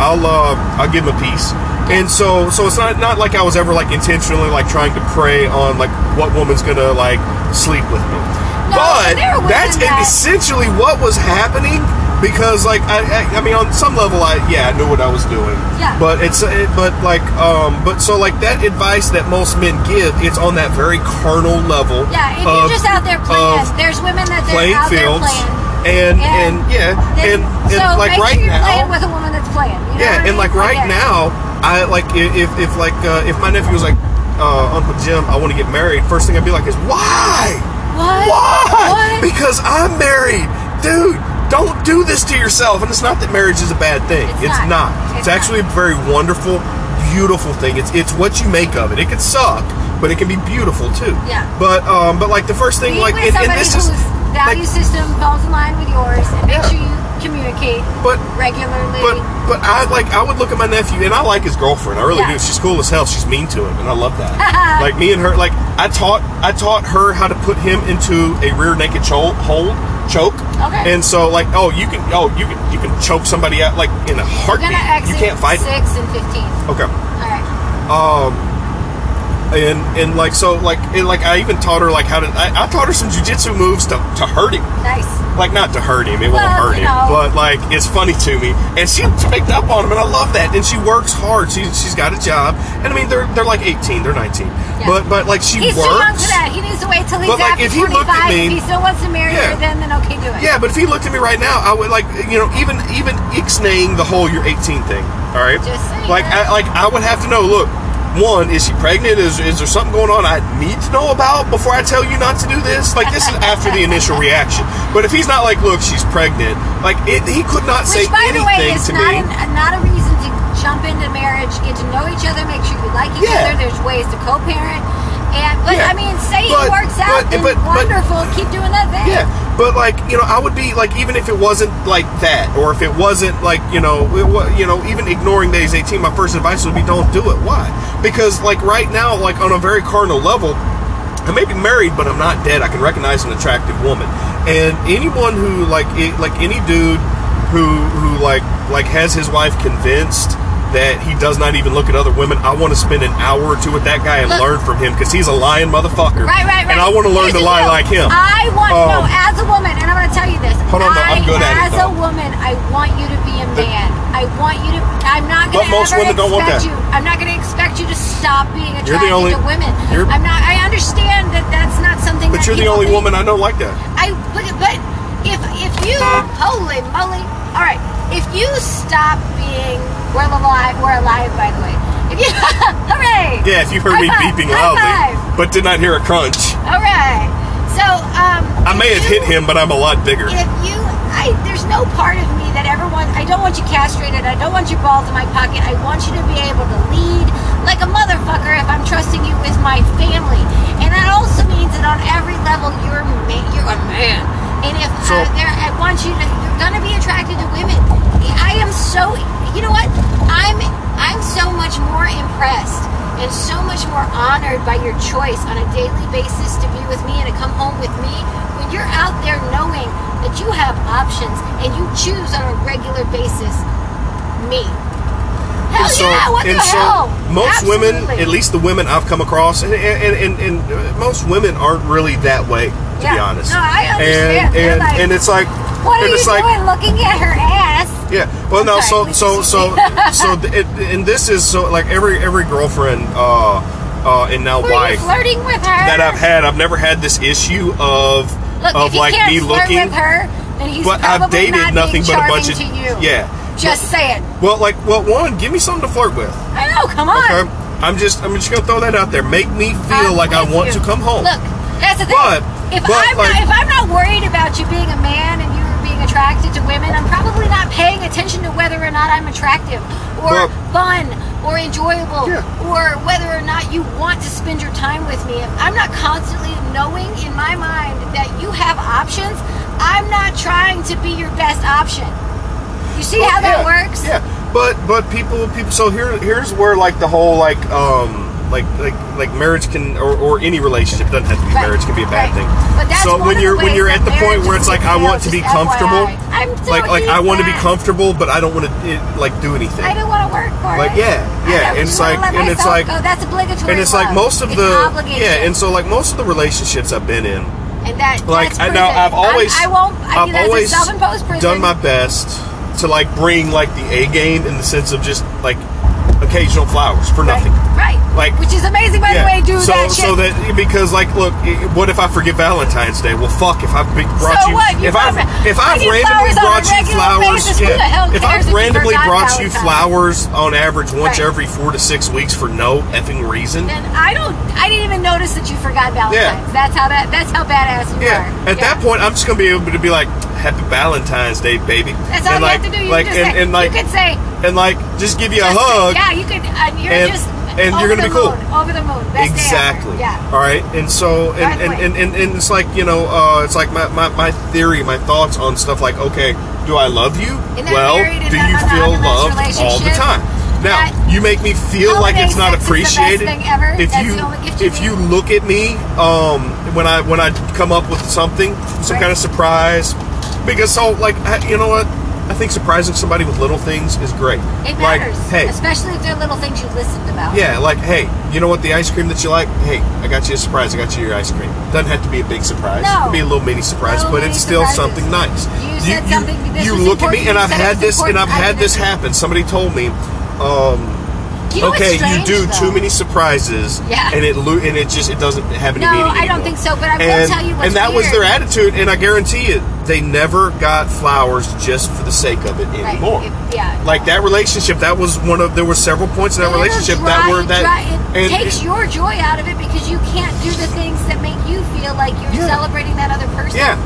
Speaker 1: I'll uh, I'll give him a piece. And so so it's not not like I was ever like intentionally like trying to prey on like what woman's gonna like sleep with me.
Speaker 2: No,
Speaker 1: but
Speaker 2: there were women
Speaker 1: that's
Speaker 2: that-
Speaker 1: essentially what was happening because like I, I I mean on some level I yeah I knew what I was doing.
Speaker 2: Yeah.
Speaker 1: But but it's uh, it, but like um but so like that advice that most men give, it's on that very carnal level.
Speaker 2: Yeah, if
Speaker 1: of-
Speaker 2: you're just out there playing,
Speaker 1: of
Speaker 2: there's women that they're
Speaker 1: playing
Speaker 2: out
Speaker 1: fields,
Speaker 2: there playing.
Speaker 1: and,
Speaker 2: And
Speaker 1: and yeah, and,
Speaker 2: Then-
Speaker 1: and
Speaker 2: so
Speaker 1: like
Speaker 2: make
Speaker 1: right
Speaker 2: sure you're
Speaker 1: now,
Speaker 2: playing with a woman that's playing. You know what
Speaker 1: yeah,
Speaker 2: I
Speaker 1: and
Speaker 2: mean?
Speaker 1: like right
Speaker 2: yeah.
Speaker 1: now, I like i- if if like uh, if my nephew was like uh, Uncle Jim, I want to get married. First thing I'd be like is why.
Speaker 2: What?
Speaker 1: Why?
Speaker 2: What?
Speaker 1: Because I'm married. Dude, don't do this to yourself. And it's not that marriage is a bad thing.
Speaker 2: It's
Speaker 1: It's,
Speaker 2: not.
Speaker 1: not. It's,
Speaker 2: It's
Speaker 1: actually a very wonderful, beautiful thing. It's it's what you make of it. It can suck, but it can be beautiful too.
Speaker 2: Yeah.
Speaker 1: But um but like the first thing
Speaker 2: Be
Speaker 1: like and,
Speaker 2: with somebody
Speaker 1: and this
Speaker 2: whose
Speaker 1: is
Speaker 2: value
Speaker 1: like,
Speaker 2: system falls in line with yours, and make
Speaker 1: Yeah.
Speaker 2: sure you communicate
Speaker 1: but
Speaker 2: regularly.
Speaker 1: but but I like I would look at my nephew and I like his girlfriend. I really do.
Speaker 2: Yeah.
Speaker 1: She's cool as hell. She's mean to him, and I love that. like me and her, like I taught I taught her how to put him into a rear naked cho- hold choke.
Speaker 2: Okay.
Speaker 1: And so like oh you can oh you can you can choke somebody out like in a
Speaker 2: We're
Speaker 1: heartbeat.
Speaker 2: gonna exit
Speaker 1: You can't fight.
Speaker 2: six and fifteen.
Speaker 1: Okay
Speaker 2: All right.
Speaker 1: and and like so like and, like I even taught her like how to I, I taught her some jujitsu moves to to hurt him.
Speaker 2: Nice.
Speaker 1: like not to hurt him, it won't
Speaker 2: Well,
Speaker 1: hurt
Speaker 2: you
Speaker 1: him,
Speaker 2: know.
Speaker 1: but like it's funny to me. And she picked up on him, and I love that. And she works hard. She she's got a job, and I mean they're they're like eighteen, they're nineteen,
Speaker 2: Yeah.
Speaker 1: but but like she
Speaker 2: He's
Speaker 1: works.
Speaker 2: too young for that. He needs to wait till he's
Speaker 1: But, like, if
Speaker 2: after
Speaker 1: he looked at
Speaker 2: 25.
Speaker 1: me-
Speaker 2: if he still wants to marry
Speaker 1: Yeah.
Speaker 2: her, then then okay, do it.
Speaker 1: Yeah, but if he looked at me right now, I would like you know even even ixnaying the whole you're 18 thing. All right,
Speaker 2: Just saying.
Speaker 1: like I, like I would have to know. Look, one is she pregnant? Is is there something going on I need to know about before I tell you not to do this? Like this is after the initial reaction. But if he's not like, look, she's pregnant. Like it, he could not say
Speaker 2: Which, by
Speaker 1: anything
Speaker 2: the way, is
Speaker 1: to
Speaker 2: not
Speaker 1: me.
Speaker 2: an, not a reason to jump into marriage, get to know each other, make sure you like each
Speaker 1: Yeah.
Speaker 2: other. There's ways to co-parent, and but
Speaker 1: Yeah.
Speaker 2: I mean, say
Speaker 1: But-
Speaker 2: it works out,
Speaker 1: but-
Speaker 2: and
Speaker 1: but- but-
Speaker 2: wonderful. keep doing that thing.
Speaker 1: Yeah, but like you know, I would be like even if it wasn't like that, or if it wasn't like you know, it wa- you know, even ignoring that he's eighteen, my first advice would be don't do it. Why? Because like right now, like on a very cardinal level, I may be married, but I'm not dead. I can recognize an attractive woman, and anyone who like it, like any dude who who like like has his wife convinced that he does not even look at other women. I want to spend an hour or two with that guy and
Speaker 2: Look-
Speaker 1: learn from him because he's a lying motherfucker,
Speaker 2: Right, right, right.
Speaker 1: and I want to learn to
Speaker 2: Here's the
Speaker 1: lie
Speaker 2: deal.
Speaker 1: like him.
Speaker 2: I want no,
Speaker 1: Um,
Speaker 2: as a woman, and I'm going to tell you this.
Speaker 1: Hold on, though,
Speaker 2: I,
Speaker 1: I'm good at it,
Speaker 2: as
Speaker 1: though.
Speaker 2: a woman, I want you to be a
Speaker 1: But-
Speaker 2: man. I want you to. I'm not going
Speaker 1: But
Speaker 2: to
Speaker 1: most
Speaker 2: ever
Speaker 1: women
Speaker 2: expect
Speaker 1: don't want that.
Speaker 2: you. I'm not going to expect you to stop being
Speaker 1: the
Speaker 2: attracted
Speaker 1: only-
Speaker 2: to women.
Speaker 1: you're-
Speaker 2: I'm not. I understand that that's not something.
Speaker 1: But
Speaker 2: that
Speaker 1: you're the
Speaker 2: people
Speaker 1: only
Speaker 2: think-
Speaker 1: woman I know like that.
Speaker 2: I but, but if if you holy moly, all right. If you stop being we're alive, we're alive. By the way, if you hooray.
Speaker 1: Yeah, if you heard
Speaker 2: High
Speaker 1: me
Speaker 2: five,
Speaker 1: beeping
Speaker 2: high
Speaker 1: loudly,
Speaker 2: five.
Speaker 1: but did not hear a crunch.
Speaker 2: All right. So um,
Speaker 1: I may have hit
Speaker 2: him.
Speaker 1: him, but I'm a lot bigger.
Speaker 2: if you I there's no part of me that ever wants I don't want you castrated, I don't want your balls in my pocket. I want you to be able to lead like a motherfucker if I'm trusting you with my family. And that also means that on every level you're ma- you're a man. And if
Speaker 1: So-
Speaker 2: uh, there I want you to you're gonna be attracted to women. I am so you know what? I'm I'm so much more impressed and so much more honored by your choice on a daily basis to be with me and to come home with me when you're out there knowing that you have options and you choose on a regular basis me. Hell
Speaker 1: And so,
Speaker 2: yeah, what
Speaker 1: and
Speaker 2: the
Speaker 1: so
Speaker 2: hell?
Speaker 1: most women,
Speaker 2: Absolutely.
Speaker 1: at least the women I've come across, and and, and, and uh, most women aren't really that way, to be
Speaker 2: Yeah.
Speaker 1: honest.
Speaker 2: No, I understand.
Speaker 1: And
Speaker 2: They're
Speaker 1: and,
Speaker 2: like,
Speaker 1: and it's like
Speaker 2: what are
Speaker 1: and
Speaker 2: you
Speaker 1: it's like
Speaker 2: doing looking at her ass?
Speaker 1: Yeah. Well, no.
Speaker 2: Okay,
Speaker 1: So
Speaker 2: we
Speaker 1: so so so th- it, and this is so like every every girlfriend uh uh and now
Speaker 2: Were you
Speaker 1: wife
Speaker 2: flirting with her?
Speaker 1: that I've had, I've never had this issue of
Speaker 2: Look,
Speaker 1: of
Speaker 2: if you
Speaker 1: like
Speaker 2: can't
Speaker 1: me
Speaker 2: flirt
Speaker 1: looking.
Speaker 2: with her, then he's
Speaker 1: but
Speaker 2: probably
Speaker 1: I've dated
Speaker 2: not
Speaker 1: nothing
Speaker 2: being
Speaker 1: but a bunch of
Speaker 2: charming to you.
Speaker 1: yeah.
Speaker 2: Just saying.
Speaker 1: Well, like, well, one, give me something to flirt with.
Speaker 2: I know. Come on.
Speaker 1: Okay, I'm just, I'm just gonna throw that out there. Make me feel
Speaker 2: I'm
Speaker 1: like I
Speaker 2: with
Speaker 1: want
Speaker 2: Um, you.
Speaker 1: to come home.
Speaker 2: Look, that's the thing.
Speaker 1: But-
Speaker 2: if
Speaker 1: but,
Speaker 2: I'm
Speaker 1: like-
Speaker 2: not, if I'm not worried about you being a man and you being attracted to women, I'm probably not paying attention to whether or not I'm attractive or
Speaker 1: But-
Speaker 2: fun or enjoyable
Speaker 1: Yeah.
Speaker 2: or whether or not you want to spend your time with me. If I'm not constantly knowing in my mind that you have options, I'm not trying to be your best option. You see how that
Speaker 1: Oh, yeah,
Speaker 2: works?
Speaker 1: Yeah, but but people people. So here here's where like the whole like um like like like marriage can or, or any relationship doesn't have to be
Speaker 2: Right,
Speaker 1: marriage can be a bad
Speaker 2: right.
Speaker 1: thing.
Speaker 2: But that's
Speaker 1: so
Speaker 2: one of
Speaker 1: when
Speaker 2: the
Speaker 1: you're when
Speaker 2: ways
Speaker 1: you're
Speaker 2: that
Speaker 1: at the point
Speaker 2: marriage
Speaker 1: where it's
Speaker 2: is
Speaker 1: like I want to be
Speaker 2: just
Speaker 1: comfortable.
Speaker 2: FYI. I'm so
Speaker 1: Like like I want to be
Speaker 2: that.
Speaker 1: comfortable, but I don't want to it, like do anything.
Speaker 2: I don't want to work for
Speaker 1: Like,
Speaker 2: it.
Speaker 1: yeah,
Speaker 2: I
Speaker 1: yeah,
Speaker 2: don't
Speaker 1: and it's
Speaker 2: wanna
Speaker 1: like-
Speaker 2: let
Speaker 1: and it's
Speaker 2: myself
Speaker 1: like-
Speaker 2: go. that's obligatory.
Speaker 1: and it's like
Speaker 2: love.
Speaker 1: most of
Speaker 2: It's
Speaker 1: the
Speaker 2: obligation.
Speaker 1: yeah, and so like most of the relationships I've been in,
Speaker 2: and that
Speaker 1: like
Speaker 2: that's
Speaker 1: I know
Speaker 2: prison.
Speaker 1: I've always
Speaker 2: I'm, I won't. I mean,
Speaker 1: have
Speaker 2: that's
Speaker 1: always
Speaker 2: a self-imposed prison.
Speaker 1: done my best to like bring like the A game in the sense of just like occasional flowers for nothing.
Speaker 2: Right. right.
Speaker 1: Like-
Speaker 2: which is amazing, by
Speaker 1: Yeah.
Speaker 2: the way. Do
Speaker 1: so,
Speaker 2: that shit.
Speaker 1: so that because like look, i- what if I forget Valentine's Day? Well, fuck if I be- brought
Speaker 2: So
Speaker 1: you,
Speaker 2: what? You
Speaker 1: if I
Speaker 2: brought-
Speaker 1: if
Speaker 2: I
Speaker 1: I've
Speaker 2: get
Speaker 1: randomly
Speaker 2: flowers on a
Speaker 1: brought you
Speaker 2: regular
Speaker 1: flowers,
Speaker 2: basis. Who the hell
Speaker 1: if
Speaker 2: cares
Speaker 1: I've
Speaker 2: if you
Speaker 1: randomly
Speaker 2: forgot
Speaker 1: brought you
Speaker 2: Valentine's?
Speaker 1: flowers on average once
Speaker 2: Right.
Speaker 1: every four to six weeks for no effing reason,
Speaker 2: and I don't. I didn't even notice that you forgot Valentine's.
Speaker 1: Yeah.
Speaker 2: That's how that. That's how badass you
Speaker 1: Yeah.
Speaker 2: are.
Speaker 1: At that point, I'm just gonna be able to be like, "Happy Valentine's Day, baby."
Speaker 2: That's all
Speaker 1: and
Speaker 2: you
Speaker 1: like,
Speaker 2: have to do. You
Speaker 1: like,
Speaker 2: can just
Speaker 1: and,
Speaker 2: say,
Speaker 1: and like,
Speaker 2: you could say,
Speaker 1: and like, just give you a
Speaker 2: just say-
Speaker 1: hug.
Speaker 2: Yeah, you could. Uh, you're
Speaker 1: and-
Speaker 2: just
Speaker 1: and
Speaker 2: over
Speaker 1: you're gonna be
Speaker 2: the
Speaker 1: cool.
Speaker 2: moon, over the moon. Best day ever.
Speaker 1: Exactly.
Speaker 2: Yeah.
Speaker 1: All right. And so,
Speaker 2: By
Speaker 1: and
Speaker 2: the
Speaker 1: and,
Speaker 2: way.
Speaker 1: and, and and it's like you know, uh, it's like my, my, my theory, my thoughts on stuff. Like, okay, do I love you?
Speaker 2: In that
Speaker 1: Well,
Speaker 2: married and
Speaker 1: do you
Speaker 2: non-monogamous
Speaker 1: feel loved all the
Speaker 2: relationship,
Speaker 1: time? Now,
Speaker 2: that-
Speaker 1: you make me feel like it's not
Speaker 2: Holiday sex is the best
Speaker 1: appreciated.
Speaker 2: thing ever.
Speaker 1: If
Speaker 2: That's
Speaker 1: you
Speaker 2: the only gift you
Speaker 1: if
Speaker 2: get.
Speaker 1: you look at me um, when I when I come up with something, some
Speaker 2: Right.
Speaker 1: kind of surprise, because so like I, you know what. I think surprising somebody with little things is great.
Speaker 2: It
Speaker 1: like,
Speaker 2: matters,
Speaker 1: hey,
Speaker 2: especially if they're little things you listened about.
Speaker 1: yeah, like, hey, you know what? The ice cream that you like, hey, I got you a surprise. I got you your ice cream. Doesn't have to be a big surprise. It
Speaker 2: No.
Speaker 1: could be a little mini surprise,
Speaker 2: Little
Speaker 1: but
Speaker 2: mini
Speaker 1: it's still
Speaker 2: surprises.
Speaker 1: something nice.
Speaker 2: You said something- this
Speaker 1: you
Speaker 2: was
Speaker 1: look at me,
Speaker 2: important.
Speaker 1: and
Speaker 2: You
Speaker 1: I've
Speaker 2: said it
Speaker 1: had
Speaker 2: was
Speaker 1: this, and I've
Speaker 2: important. I
Speaker 1: had
Speaker 2: didn't
Speaker 1: this
Speaker 2: know.
Speaker 1: happen. Somebody told me, um,
Speaker 2: You know what's
Speaker 1: okay, you
Speaker 2: strange,
Speaker 1: do
Speaker 2: though?
Speaker 1: too many surprises,
Speaker 2: Yeah.
Speaker 1: and it lo- and it just it doesn't have any
Speaker 2: No,
Speaker 1: meaning.
Speaker 2: I
Speaker 1: anymore."
Speaker 2: don't think so. But I will
Speaker 1: and,
Speaker 2: tell you what's
Speaker 1: and that was
Speaker 2: weird.
Speaker 1: their attitude, and I guarantee you, they never got flowers just for the sake of it
Speaker 2: Right,
Speaker 1: anymore
Speaker 2: if- yeah.
Speaker 1: like that relationship that was one of there were several points in that
Speaker 2: Little
Speaker 1: relationship
Speaker 2: dry-
Speaker 1: that were that
Speaker 2: dry-
Speaker 1: and
Speaker 2: it takes your joy out of it because you can't do the things that make you feel like you're
Speaker 1: Yeah.
Speaker 2: celebrating that other person.
Speaker 1: yeah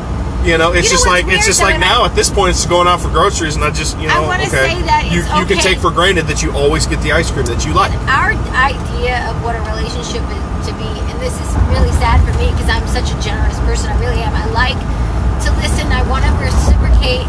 Speaker 1: You know, it's
Speaker 2: You know
Speaker 1: just
Speaker 2: what's
Speaker 1: like
Speaker 2: weird,
Speaker 1: it's just
Speaker 2: though,
Speaker 1: like
Speaker 2: and I-
Speaker 1: now at this point it's going out for groceries, and I just you
Speaker 2: I
Speaker 1: know
Speaker 2: wanna
Speaker 1: okay.
Speaker 2: say that
Speaker 1: you
Speaker 2: it's
Speaker 1: you can
Speaker 2: okay.
Speaker 1: take for granted that you always get the ice cream that you like.
Speaker 2: our idea of what a relationship is to be, and this is really sad for me because I'm such a generous person. I really am. I like to listen. I want to reciprocate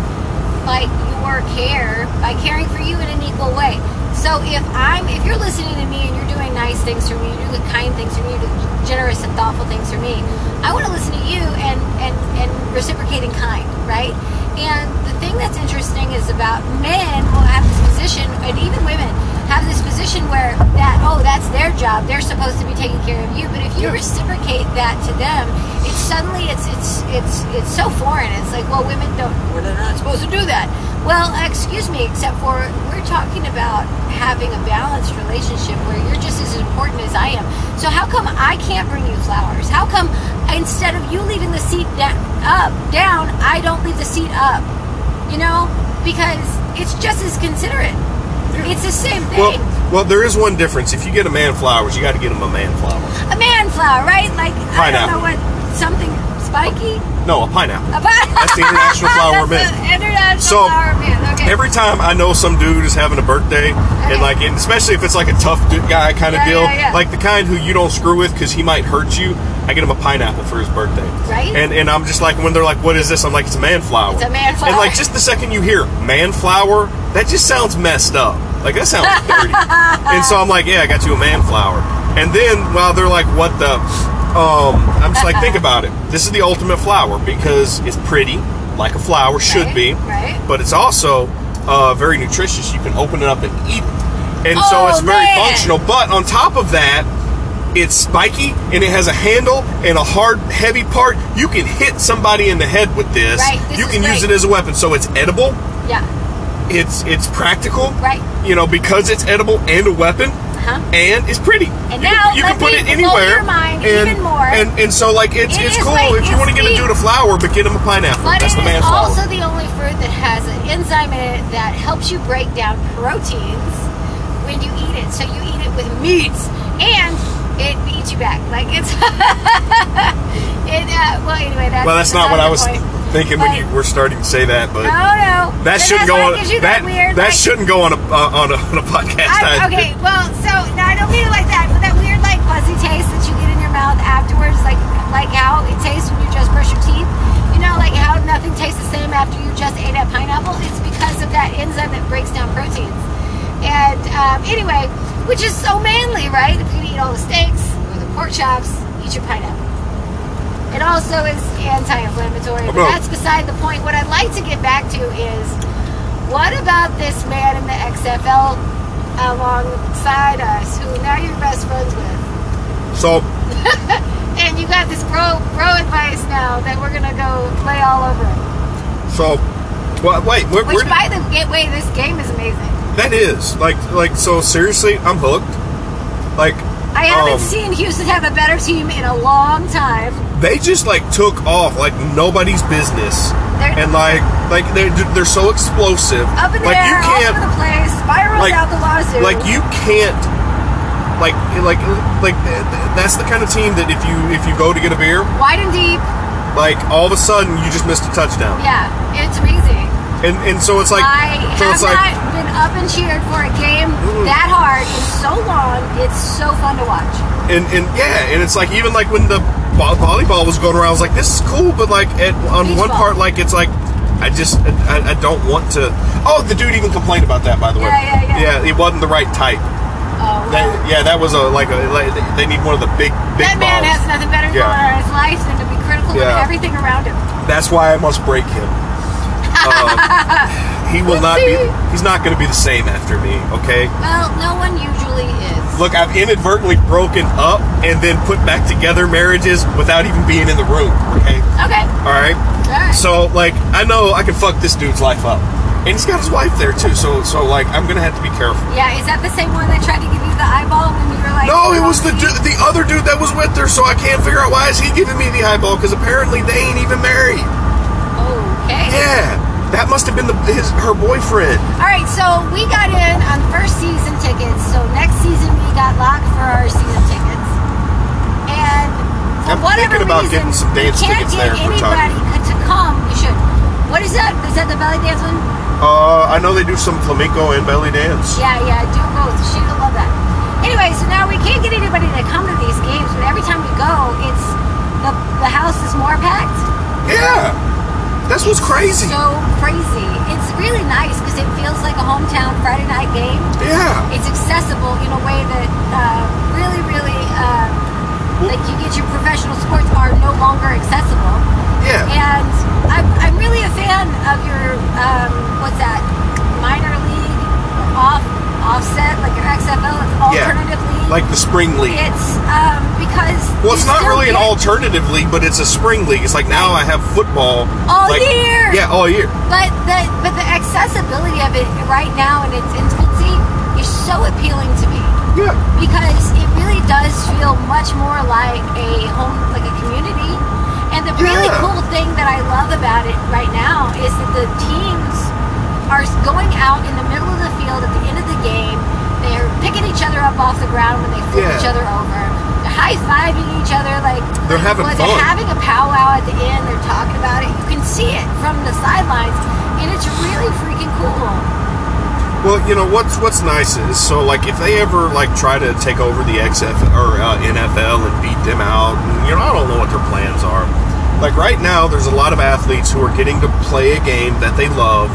Speaker 2: like your care by caring for you in an equal way. So if I'm, if you're listening to me and you're doing nice things for me, you do the kind things for me, you do generous and thoughtful things for me. I want to listen to you and and and reciprocate in kind, right? And the thing that's interesting is about men will have this position, and even women have this position where that oh that's their job, they're supposed to be taking care of you. But if you
Speaker 1: Yeah.
Speaker 2: reciprocate that to them, it's suddenly it's it's it's it's so foreign. It's like well women don't well, they're not supposed to do that. Well, uh, excuse me, except for we're talking about having a balanced relationship where you're just as important as I am. So how come I can't bring you flowers? How come instead of you leaving the seat da- up down, I don't leave the seat up? You know, because it's just as considerate. It's the same thing.
Speaker 1: Well, well, there is one difference. If you get a man flowers, you got to get him a man flower.
Speaker 2: a man flower, right? Like I don't
Speaker 1: Pineapple.
Speaker 2: know what something spiky.
Speaker 1: No, a pineapple.
Speaker 2: About
Speaker 1: That's the international flower of
Speaker 2: That's
Speaker 1: men.
Speaker 2: the international
Speaker 1: So,
Speaker 2: flower of men. Okay.
Speaker 1: Every time I know some dude is having a birthday, and like, and especially if it's like a tough du- guy kind of
Speaker 2: Yeah,
Speaker 1: deal,
Speaker 2: yeah, yeah.
Speaker 1: like the kind who you don't screw with because he might hurt you, I get him a pineapple for his birthday.
Speaker 2: Right.
Speaker 1: And and I'm just like, when they're like, "What is this?" I'm like, "It's a man flower."
Speaker 2: It's a man
Speaker 1: And
Speaker 2: flower.
Speaker 1: like, just the second you hear man flower, that just sounds messed up. Like that sounds dirty. and so I'm like, "Yeah, I got you a man flower." And then while they're like, "What the?" Um, I'm just like, think about it. This is the ultimate flower because it's pretty, like a flower should
Speaker 2: Right,
Speaker 1: be
Speaker 2: right.
Speaker 1: but it's also uh, very nutritious. You can open it up and eat it, and so
Speaker 2: Oh,
Speaker 1: it's very
Speaker 2: man.
Speaker 1: functional. But on top of that, it's spiky and it has a handle and a hard, heavy part. You can hit somebody in the head with this.
Speaker 2: Right, this
Speaker 1: you
Speaker 2: is
Speaker 1: can use it
Speaker 2: great.
Speaker 1: as a weapon, so it's edible.
Speaker 2: yeah.
Speaker 1: It's it's practical.
Speaker 2: Right.
Speaker 1: You know because it's edible and a weapon.
Speaker 2: Uh-huh.
Speaker 1: And it's pretty.
Speaker 2: And
Speaker 1: you
Speaker 2: now
Speaker 1: can, you
Speaker 2: let
Speaker 1: can put
Speaker 2: me
Speaker 1: it
Speaker 2: blow
Speaker 1: anywhere.
Speaker 2: your mind
Speaker 1: and,
Speaker 2: even more.
Speaker 1: And and so like it's
Speaker 2: It
Speaker 1: it's
Speaker 2: is
Speaker 1: cool
Speaker 2: like-
Speaker 1: if you want to
Speaker 2: it's
Speaker 1: get a
Speaker 2: sweet.
Speaker 1: dude a flower, but get him a pineapple.
Speaker 2: But
Speaker 1: That's the
Speaker 2: it
Speaker 1: man
Speaker 2: is
Speaker 1: flower.
Speaker 2: also the only fruit that has an enzyme in it that helps you break down proteins when you eat it. So you eat it with meats, and it eats you back. Like it's. it, uh, well, anyway, that's.
Speaker 1: Well, that's not what I
Speaker 2: beside the
Speaker 1: was
Speaker 2: point.
Speaker 1: thinking when
Speaker 2: But-
Speaker 1: you were starting to say that, but
Speaker 2: No, no.
Speaker 1: that
Speaker 2: But
Speaker 1: shouldn't
Speaker 2: that's
Speaker 1: go
Speaker 2: why
Speaker 1: on
Speaker 2: it gives you
Speaker 1: that
Speaker 2: that weird,
Speaker 1: that
Speaker 2: like-
Speaker 1: shouldn't go on a uh, on a on a podcast.
Speaker 2: I,
Speaker 1: I-
Speaker 2: okay, well, so no, I don't mean it like that, but that weird like fuzzy taste that you get in your mouth afterwards, like like how it tastes when you just brush your teeth. You know, like how nothing tastes the same after you just ate a pineapple. It's because of that enzyme that breaks down proteins. And um, anyway, which is so manly, right? If you eat all the steaks or the pork chops, eat your pineapple. It also is anti-inflammatory. But
Speaker 1: About-
Speaker 2: that's beside the point. What I'd like to get back to is, what about this man in the XFL alongside us, who now you're best friends with,
Speaker 1: So
Speaker 2: and you got this pro pro advice now that we're gonna go lay all over him.
Speaker 1: so well, wait, where,
Speaker 2: Which,
Speaker 1: where
Speaker 2: by the ga- way, this game is amazing.
Speaker 1: did- that is like like so seriously, I'm hooked. Like
Speaker 2: I haven't
Speaker 1: um,
Speaker 2: seen Houston have a better team in a long time.
Speaker 1: they just like took off like nobody's business,
Speaker 2: They're-
Speaker 1: and like like they are they're so explosive.
Speaker 2: Up in the
Speaker 1: like
Speaker 2: air,
Speaker 1: you
Speaker 2: all
Speaker 1: can't
Speaker 2: over the place, spirals
Speaker 1: like-
Speaker 2: out the wazoo.
Speaker 1: like you can't like like like th- th- that's the kind of team that if you if you go to get a beer
Speaker 2: wide and deep.
Speaker 1: like all of a sudden you just missed a touchdown
Speaker 2: Yeah, it's amazing.
Speaker 1: and and so it's like
Speaker 2: I
Speaker 1: so
Speaker 2: have
Speaker 1: it's like Mm.
Speaker 2: not been up and cheered for a game that hard in so long. It's so fun to watch.
Speaker 1: and and yeah and it's like even like when the vo- volleyball was going around I was like this is cool but like at, on
Speaker 2: Beach
Speaker 1: one
Speaker 2: ball.
Speaker 1: part like it's like I just I, I don't want to oh the dude even complained about that by the way
Speaker 2: Yeah, yeah, yeah.
Speaker 1: yeah it wasn't the right type
Speaker 2: Oh,
Speaker 1: that,
Speaker 2: wow.
Speaker 1: yeah that was a like a like, they need one of the big big
Speaker 2: that man
Speaker 1: balls.
Speaker 2: has nothing better
Speaker 1: Yeah.
Speaker 2: going on in his life than to be critical
Speaker 1: Yeah.
Speaker 2: of everything around him.
Speaker 1: That's why I must break him. Um, he will not be.
Speaker 2: Whoopsie.
Speaker 1: He's not going to be the same after me. Okay.
Speaker 2: Well, no one usually is.
Speaker 1: Look, I've inadvertently broken up and then put back together marriages without even being in the room. Okay.
Speaker 2: Okay.
Speaker 1: All right.
Speaker 2: Alright.
Speaker 1: So like, I know I can fuck this dude's life up, and he's got his wife there too. So so like, I'm gonna have to be careful.
Speaker 2: Yeah, is that the same one that tried to give you the eyeball when you were like?
Speaker 1: No, it was the
Speaker 2: "Oh,
Speaker 1: du- the other dude that was with her. So I can't figure out why is he giving me the eyeball? Because apparently they ain't even married.
Speaker 2: Okay.
Speaker 1: Yeah. That must have been the, his her boyfriend.
Speaker 2: All right, so we got in on first season tickets. So next season we got locked for our season tickets. And for
Speaker 1: I'm
Speaker 2: whatever
Speaker 1: thinking about
Speaker 2: reason,
Speaker 1: getting some dance
Speaker 2: we can't
Speaker 1: tickets
Speaker 2: get
Speaker 1: there if we're
Speaker 2: anybody
Speaker 1: talking.
Speaker 2: to come. You should. What is that? Is that the belly dance one?
Speaker 1: Uh, I know they do some flamenco and belly dance.
Speaker 2: Yeah, yeah, do both. She'll love that. Anyway, so now we can't get anybody to come to these games, but every time we go, it's the, the house is more packed.
Speaker 1: Yeah, that's what's crazy.
Speaker 2: So crazy. It's really nice because it feels like a hometown Friday night game.
Speaker 1: Yeah,
Speaker 2: It's accessible in a way that uh, really, really, uh, like you get your professional sports bar no longer accessible.
Speaker 1: yeah,
Speaker 2: And I'm, I'm really a fan of your, um, what's that, minor league off offset, like your XFL, it's alternative league.
Speaker 1: like the spring league.
Speaker 2: it's um, because.
Speaker 1: Well, it's
Speaker 2: you
Speaker 1: not
Speaker 2: still
Speaker 1: really an
Speaker 2: get-
Speaker 1: alternative league, but it's a spring league. It's like now I have football
Speaker 2: All
Speaker 1: like,
Speaker 2: year!
Speaker 1: Yeah, all year.
Speaker 2: But the, but the accessibility of it right now in its infancy is so appealing to me
Speaker 1: Yeah,
Speaker 2: because it really does feel much more like a home, like a community. And the really
Speaker 1: Yeah.
Speaker 2: cool thing that I love about it right now is that the teams are going out in the middle of the field at the end of the game. They're picking each other up off the ground when they flip
Speaker 1: Yeah.
Speaker 2: each other over. They're high fiving each other like
Speaker 1: They're having
Speaker 2: well,
Speaker 1: fun.
Speaker 2: They're having a powwow at the end. They're talking about it. You can see it from the sidelines, and it's really freaking cool.
Speaker 1: Well, you know what's what's nice is so like if they ever like try to take over the XF or uh, NFL and beat them out, and, you know I don't know what their plans are. Like right now, there's a lot of athletes who are getting to play a game that they love,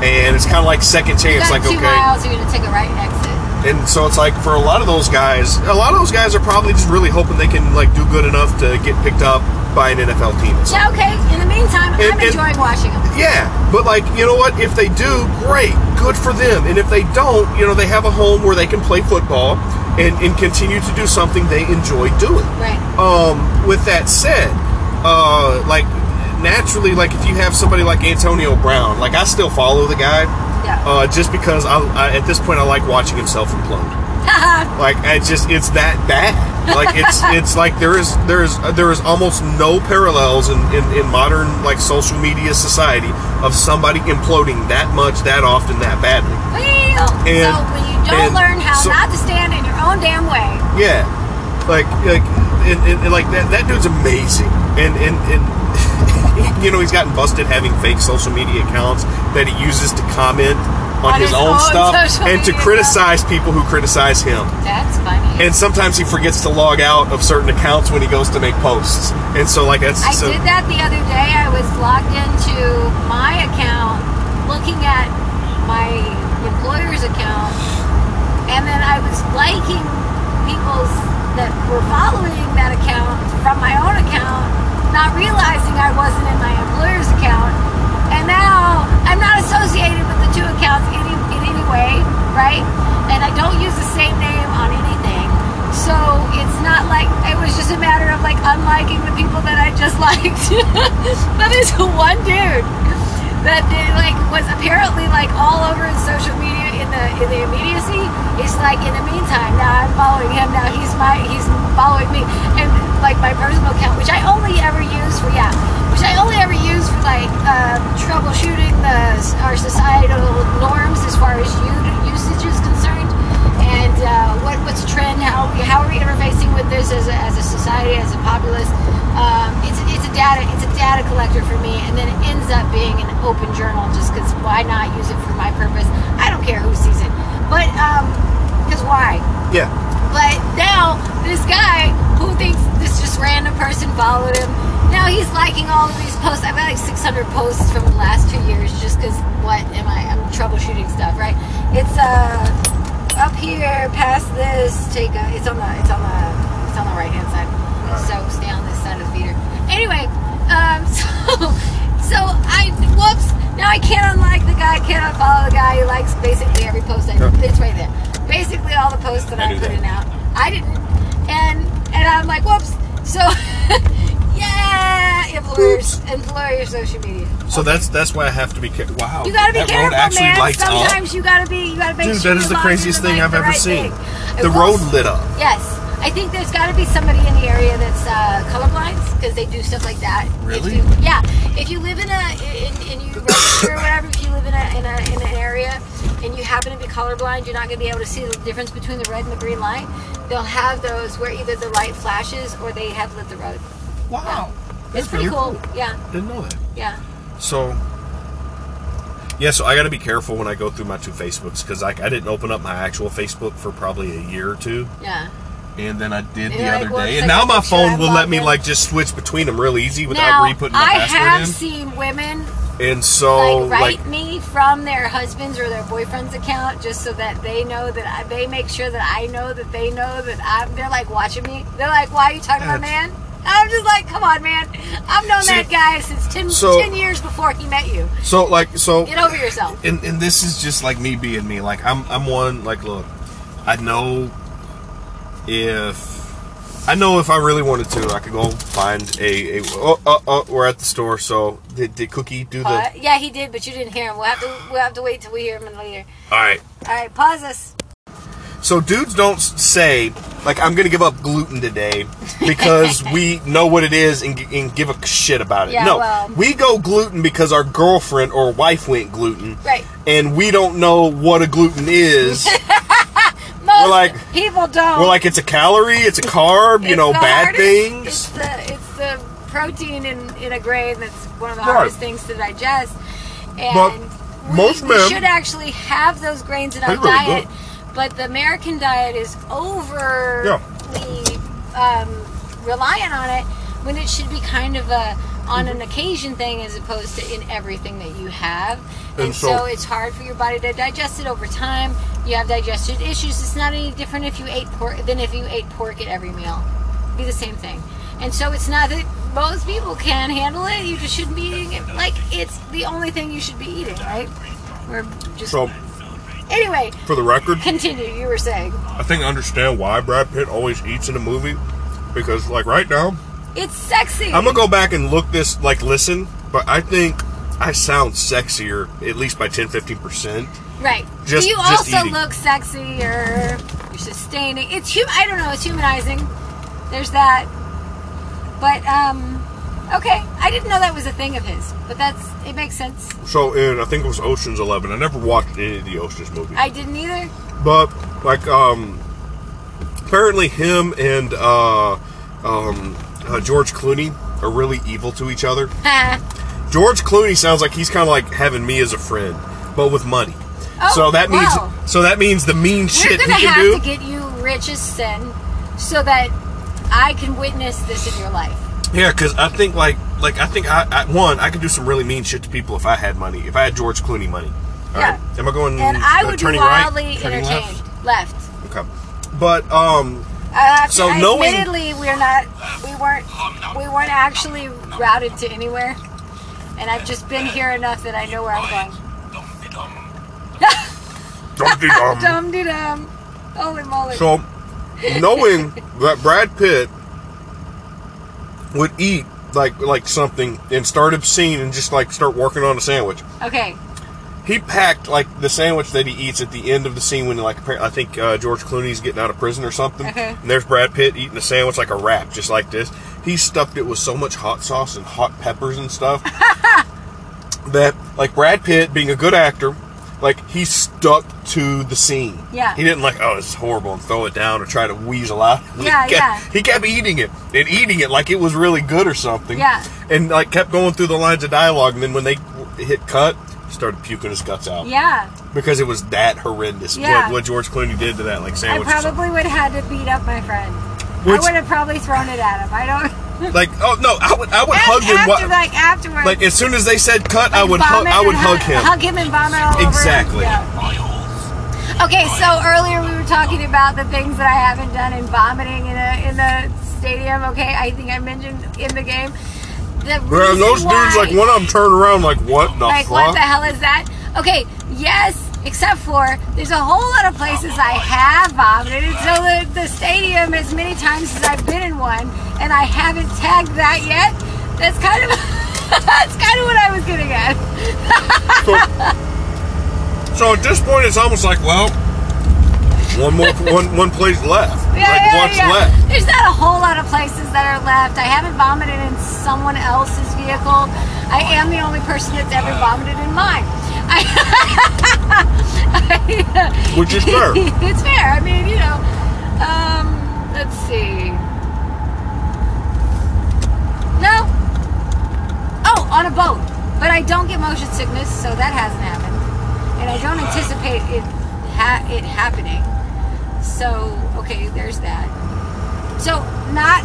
Speaker 1: and it's kind of like second
Speaker 2: You
Speaker 1: chance.
Speaker 2: got
Speaker 1: Like
Speaker 2: two
Speaker 1: okay,
Speaker 2: miles. You're gonna take a right exit.
Speaker 1: and so it's like for a lot of those guys, a lot of those guys are probably just really hoping they can like do good enough to get picked up by an NFL team. It's
Speaker 2: Yeah, okay. In the meantime,
Speaker 1: And-
Speaker 2: I'm
Speaker 1: and-
Speaker 2: enjoying watching them.
Speaker 1: Yeah, but like you know what? If they do, great, good for them. And if they don't, you know, they have a home where they can play football and, and continue to do something they enjoy doing.
Speaker 2: Right.
Speaker 1: Um, with that said, uh, like naturally, like if you have somebody like Antonio Brown, like I still follow the guy,
Speaker 2: Yeah.
Speaker 1: uh, just because I, I at this point I like watching himself implode. Like I just it's that bad. Like it's it's like there is there is there is almost no parallels in, in, in modern like social media society of somebody imploding that much, that often, that badly.
Speaker 2: well,
Speaker 1: and-
Speaker 2: so when you
Speaker 1: and
Speaker 2: don't learn how
Speaker 1: so-
Speaker 2: not to stand in your own damn way,
Speaker 1: Yeah. Like like and, and, and, like that that dude's amazing. And and, and you know he's gotten busted having fake social media accounts that he uses to comment on,
Speaker 2: On
Speaker 1: his,
Speaker 2: his
Speaker 1: own,
Speaker 2: own
Speaker 1: stuff
Speaker 2: social
Speaker 1: and to
Speaker 2: media.
Speaker 1: criticize people who criticize him.
Speaker 2: that's funny.
Speaker 1: and sometimes he forgets to log out of certain accounts when he goes to make posts. And so, like that's
Speaker 2: I
Speaker 1: so,
Speaker 2: did that the other day. I was logged into my account, looking at my employer's account, and then I was liking people's that were following that account from my own account, not realizing I wasn't in my employer's account. And now I'm not associated with the two accounts any, in any way, right? And I don't use the same name on anything. So it's not like it was just a matter of like unliking the people that I just liked. but there's one dude that they, like was apparently like all over in social media in the in the immediacy is like in the meantime now I'm following him now he's my he's following me and like my personal account which I only ever use for yeah which I only ever use for like um, troubleshooting the our societal norms as far as u- usage is concerned and uh, what, what's a trend? How how are we interfacing with this as a, as a society, as a populace? Um, it's it's a data it's a data collector for me, and then it ends up being an open journal just because why not use it for my purpose? I don't care who sees it, but because why?
Speaker 1: yeah,
Speaker 2: But now this guy who thinks this just random person followed him, now he's liking all of these posts. I've got like 600 posts from the last two years just because what am I? I'm troubleshooting stuff, right? It's uh up here past this. Take a. It's on the. It's on the. It's on the right hand side. So stay on this side of the theater. Anyway, um, so so I whoops. Now I can't unlike the guy. Can't unfollow the guy. He likes basically every post I do.
Speaker 1: Yeah.
Speaker 2: It's right there. Basically all the posts that
Speaker 1: I
Speaker 2: I,
Speaker 1: knew
Speaker 2: put
Speaker 1: that.
Speaker 2: in out. I didn't. And and I'm like, whoops. So yeah, employers, employer social media.
Speaker 1: so that's that's why I have to be careful. Wow,
Speaker 2: You gotta be
Speaker 1: Oh, that
Speaker 2: careful,
Speaker 1: road actually
Speaker 2: man.
Speaker 1: lights
Speaker 2: Sometimes you gotta be. You gotta
Speaker 1: up.
Speaker 2: make
Speaker 1: Dude,
Speaker 2: sure
Speaker 1: that is
Speaker 2: you're
Speaker 1: the
Speaker 2: logged
Speaker 1: craziest
Speaker 2: into,
Speaker 1: thing
Speaker 2: like,
Speaker 1: I've
Speaker 2: the
Speaker 1: ever
Speaker 2: right
Speaker 1: seen.
Speaker 2: thing.
Speaker 1: The
Speaker 2: Of
Speaker 1: road
Speaker 2: course.
Speaker 1: lit up.
Speaker 2: Yes, I think there's got to be somebody in the area that's uh, colorblind because they do stuff like that. If
Speaker 1: Really?
Speaker 2: you- yeah. If you live in a in, in you register or whatever, if you live in a, in a in an area and you happen to be colorblind, you're not going to be able to see the difference between the red and the green light. They'll have those where either the light flashes or they have lit the road.
Speaker 1: Wow,
Speaker 2: It's pretty cool. Yeah,
Speaker 1: Didn't know that.
Speaker 2: yeah.
Speaker 1: So, yeah, so I got to be careful when I go through my two Facebooks because like I didn't open up my actual Facebook for probably a year or two,
Speaker 2: Yeah.
Speaker 1: and then I did
Speaker 2: And
Speaker 1: the
Speaker 2: you're
Speaker 1: other
Speaker 2: like, well,
Speaker 1: day,
Speaker 2: it's
Speaker 1: and
Speaker 2: like
Speaker 1: now
Speaker 2: a
Speaker 1: my
Speaker 2: picture I
Speaker 1: phone will let
Speaker 2: logged
Speaker 1: me
Speaker 2: in.
Speaker 1: like just switch between them real easy without
Speaker 2: now,
Speaker 1: re-putting my
Speaker 2: I have
Speaker 1: password in.
Speaker 2: seen women
Speaker 1: and so,
Speaker 2: like write
Speaker 1: Oh, like,
Speaker 2: me from their husband's or their boyfriend's account just so that they know that I, they make sure that I know that they know that I'm. They're like watching me. They're like, "Why are you talking to my
Speaker 1: That's-
Speaker 2: man?" I'm just like, "Come on, man! I've known
Speaker 1: See,
Speaker 2: that guy since 10,
Speaker 1: so-
Speaker 2: 10 years before he met you.
Speaker 1: so like so
Speaker 2: Get over yourself."
Speaker 1: and, and this is just like me being me. Like I'm I'm one like look, I know if I know if I really wanted to, I could go find a, a oh, oh, oh we're at the store. So did, did Cookie do the?
Speaker 2: Uh, yeah, he did, but you didn't hear him. We'll have to we'll have to wait till we hear him later.
Speaker 1: All right.
Speaker 2: All right, pause us.
Speaker 1: So dudes don't s- say like I'm gonna give up gluten today because we know what it is and, g- and give a shit about it.
Speaker 2: Yeah,
Speaker 1: no,
Speaker 2: well-
Speaker 1: we go gluten because our girlfriend or wife went gluten,
Speaker 2: Right.
Speaker 1: and we don't know what a gluten is.
Speaker 2: Most
Speaker 1: like-
Speaker 2: people don't.
Speaker 1: Well, like it's a calorie, it's a carb, you
Speaker 2: It's
Speaker 1: know,
Speaker 2: the
Speaker 1: bad
Speaker 2: hardest- It's
Speaker 1: things.
Speaker 2: the it's the protein in in a grain that's one of the
Speaker 1: Right.
Speaker 2: hardest things to digest. And
Speaker 1: But
Speaker 2: we,
Speaker 1: most
Speaker 2: we
Speaker 1: men-
Speaker 2: should actually have those grains in our
Speaker 1: They're really
Speaker 2: diet.
Speaker 1: good.
Speaker 2: But the American diet is overly um, reliant on it when it should be kind of a on
Speaker 1: Mm-hmm.
Speaker 2: an occasion thing as opposed to in everything that you have. And,
Speaker 1: And
Speaker 2: so,
Speaker 1: so-
Speaker 2: it's hard for your body to digest it over time. You have digestion issues. It's not any different if you ate pork than if you ate pork at every meal. It'd be the same thing. And so it's not that most people can handle it. You just shouldn't be eating it. Like it's the only thing you should be eating, right? We're just
Speaker 1: So,
Speaker 2: anyway.
Speaker 1: for the record,
Speaker 2: Continue. You were saying
Speaker 1: I think I understand why Brad Pitt always eats in a movie because, like, right now,
Speaker 2: it's sexy.
Speaker 1: I'm gonna go back and look this, like, listen, but I think I sound sexier at least by 10 15%.
Speaker 2: Right.
Speaker 1: Just-
Speaker 2: you
Speaker 1: just
Speaker 2: also
Speaker 1: eating.
Speaker 2: look sexy or you're sustaining. It's hum- I don't know. It's humanizing. There's that. But um, okay. I didn't know that was a thing of his, but that's it makes sense.
Speaker 1: So, and I think it was Ocean's 11. I never watched any of the Ocean's movies,
Speaker 2: I didn't either.
Speaker 1: but, like, um, apparently him and, uh, um, uh, George Clooney are really evil to each other.
Speaker 2: Ha.
Speaker 1: George Clooney sounds like he's kind of like having me as a friend, but with money.
Speaker 2: Oh,
Speaker 1: so that means
Speaker 2: wow.
Speaker 1: so that means the mean
Speaker 2: We're
Speaker 1: shit he
Speaker 2: gonna
Speaker 1: can
Speaker 2: have
Speaker 1: do.
Speaker 2: to get you rich as sin, so that I can witness this in your life.
Speaker 1: yeah, because I think like like I think I, I one I could do some really mean shit to people if I had money. If I had George Clooney money. All
Speaker 2: Yeah.
Speaker 1: right. Am I going?
Speaker 2: And I
Speaker 1: uh,
Speaker 2: would be
Speaker 1: turning
Speaker 2: wildly
Speaker 1: right? Turning
Speaker 2: entertained. Left.
Speaker 1: Left? Okay. But um,
Speaker 2: Uh,
Speaker 1: So
Speaker 2: I-
Speaker 1: knowing-
Speaker 2: admittedly, we're not, we weren't, we weren't actually routed to anywhere, and I've just been here enough that I know where I'm going.
Speaker 1: Mm-hmm. don't do um,
Speaker 3: Dum-de-dum.
Speaker 2: Dum de dum. Holy moly!
Speaker 1: so knowing that Brad Pitt would eat like like something and start obscene and just like start working on a sandwich.
Speaker 2: okay,
Speaker 1: he packed like the sandwich that he eats at the end of the scene when like appar- I think uh, George Clooney's getting out of prison or something.
Speaker 2: Okay.
Speaker 1: And there's Brad Pitt eating a sandwich like a wrap, just like this. He stuffed it with so much hot sauce and hot peppers and stuff that like Brad Pitt, being a good actor, like he stuck to the scene.
Speaker 2: Yeah.
Speaker 1: He didn't like oh it's horrible and throw it down or try to weasel out.
Speaker 2: Yeah,
Speaker 1: he kept,
Speaker 2: yeah.
Speaker 1: He kept eating it and eating it like it was really good or something
Speaker 2: Yeah.
Speaker 1: and like kept going through the lines of dialogue and then when they hit cut he started puking his guts out
Speaker 2: yeah,
Speaker 1: because it was that horrendous
Speaker 2: Yeah.
Speaker 1: what, what george clooney did to that like
Speaker 2: I
Speaker 1: sandwich or something.
Speaker 2: probably would have had to beat up my friend.
Speaker 1: Which-
Speaker 2: I would have probably thrown it at him. I don't.
Speaker 1: like oh no i would i would hug
Speaker 2: after,
Speaker 1: him wa-
Speaker 2: like afterwards,
Speaker 1: like as soon as they said cut i would hug
Speaker 2: vomit
Speaker 1: i would
Speaker 2: and
Speaker 1: hug him
Speaker 2: Hug him and vomit all over him.
Speaker 1: Exactly.
Speaker 2: Yeah.
Speaker 3: Miles.
Speaker 2: Okay, so earlier we were talking about the things that I haven't done in vomiting in a in the stadium. Okay, I think I mentioned in the game. The
Speaker 1: Man,
Speaker 2: reason
Speaker 1: those
Speaker 2: why,
Speaker 1: dudes like one of them turned around like what the
Speaker 2: like
Speaker 1: fuck
Speaker 2: what the hell is that? Okay, yes, except for there's a whole lot of places I have vomited, and so the, the stadium as many times as I've been in one, and I haven't tagged that yet. That's kind of that's kind of what I was getting at.
Speaker 1: so at this point it's almost like well one more one one place left
Speaker 2: Yeah,
Speaker 1: like
Speaker 2: yeah,
Speaker 1: what's
Speaker 2: yeah.
Speaker 1: left
Speaker 2: There's not a whole lot of places that are left. I haven't vomited in someone else's vehicle. I am the only person that's ever vomited in mine. I,
Speaker 1: which is fair
Speaker 2: it's fair. I mean, you know. Um, let's see. No. Oh, on a boat. But I don't get motion sickness, so that hasn't happened, and I don't anticipate it ha- it happening. So okay, there's that. So not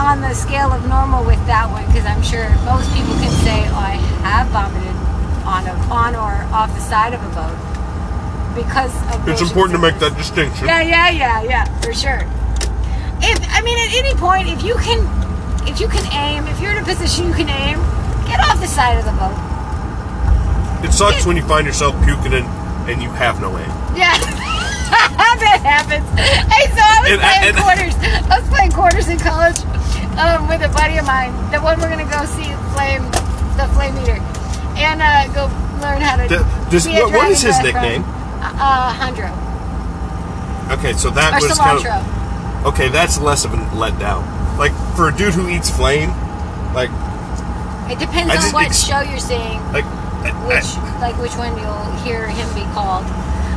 Speaker 2: on the scale of normal with that one, because I'm sure most people can say oh, I have vomited on a, on or off the side of a boat because of
Speaker 1: It's
Speaker 2: motion
Speaker 1: important to make that
Speaker 2: sickness.
Speaker 1: distinction.
Speaker 2: Yeah, yeah, yeah, yeah, for sure. If I mean, at any point, if you can, if you can aim, if you're in a position you can aim, get off the side of the boat.
Speaker 1: It sucks when you find yourself puking and, and you have no aim.
Speaker 2: Yeah, that happens. Hey, so I was
Speaker 1: And I-
Speaker 2: playing
Speaker 1: and-
Speaker 2: quarters. I was playing quarters in college um, with a buddy of mine. The one we're gonna go see flame, the flame eater, and uh, go learn how to.
Speaker 1: Th- does-
Speaker 2: be a
Speaker 1: what- what is his nickname?
Speaker 2: dragonfly from- Uh, Hundro
Speaker 1: Okay, so that
Speaker 2: or
Speaker 1: was
Speaker 2: Cilantro.
Speaker 1: kind of okay. That's less of a letdown. Like for a dude who eats flame, like
Speaker 2: It depends
Speaker 1: I
Speaker 2: on
Speaker 1: just
Speaker 2: what
Speaker 1: ex-
Speaker 2: show you're seeing.
Speaker 1: like I-
Speaker 2: which
Speaker 1: I-
Speaker 2: like which one you'll hear him be called.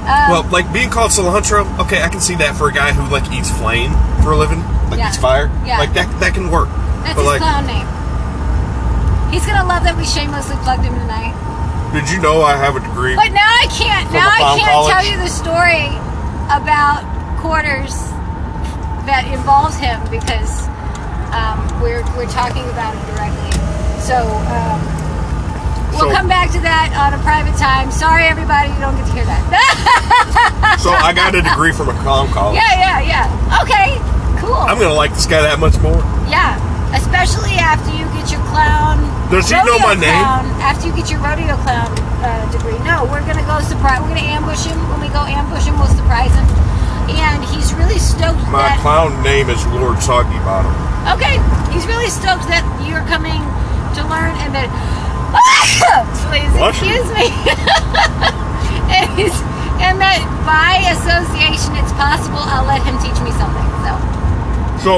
Speaker 2: Um,
Speaker 1: well, like being called cilantro. Okay, I can see that for a guy who like eats flame for a living, like
Speaker 2: Yeah.
Speaker 1: eats fire.
Speaker 2: Yeah.
Speaker 1: like that that can work.
Speaker 2: that's
Speaker 1: but
Speaker 2: his
Speaker 1: like,
Speaker 2: clown name. He's gonna love that we shamelessly plugged him tonight.
Speaker 1: did you know I have a degree?
Speaker 2: But now I can't.
Speaker 1: From
Speaker 2: Now
Speaker 1: a
Speaker 2: I
Speaker 1: clown
Speaker 2: can't
Speaker 1: college?
Speaker 2: tell you the story about quarters that involves him because um, we're we're talking about it directly. So. Um, We'll
Speaker 1: So-
Speaker 2: come back to that on a private time. Sorry, everybody, you don't get to hear that.
Speaker 1: Oh. So I got a degree from a clown college.
Speaker 2: yeah, yeah, yeah. Okay, cool.
Speaker 1: I'm gonna like this guy that much more.
Speaker 2: Yeah, especially after you get your clown.
Speaker 1: Does he
Speaker 2: rodeo
Speaker 1: know my name?
Speaker 2: clown, After you get your rodeo clown uh, degree. No, we're gonna go surprise. We're gonna ambush him. When we go ambush him, we'll surprise him. And he's really stoked
Speaker 1: My
Speaker 2: that.
Speaker 1: clown name is Lord Soggy Bottom.
Speaker 2: okay, he's really stoked that you're coming to learn and that. Please
Speaker 1: Blush.
Speaker 2: excuse me. and, he's, and that by association, it's possible I'll let him teach me something. So.
Speaker 1: So,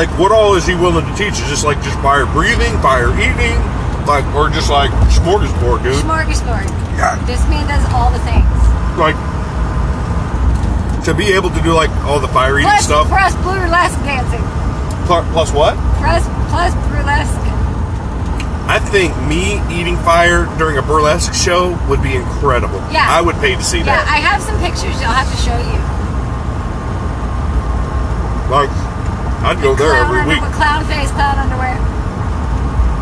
Speaker 1: like, what all is he willing to teach? Is just like just fire breathing, fire eating, like, or just like smorgasbord, dude?
Speaker 2: Smorgasbord.
Speaker 1: Yeah.
Speaker 2: This man does all the things.
Speaker 1: Like, to be able to do like all the fire eating
Speaker 2: Plus,
Speaker 1: stuff.
Speaker 2: plus burlesque dancing.
Speaker 1: Pl- plus what?
Speaker 2: Plus, plus burlesque.
Speaker 1: I think me eating fire during a burlesque show would be incredible.
Speaker 2: Yeah.
Speaker 1: I would pay to see
Speaker 2: Yeah,
Speaker 1: that.
Speaker 2: I have some pictures I'll have to show you.
Speaker 1: like, I'd go there
Speaker 2: clown
Speaker 1: every
Speaker 2: underwear,
Speaker 1: week.
Speaker 2: Clown face, clown underwear.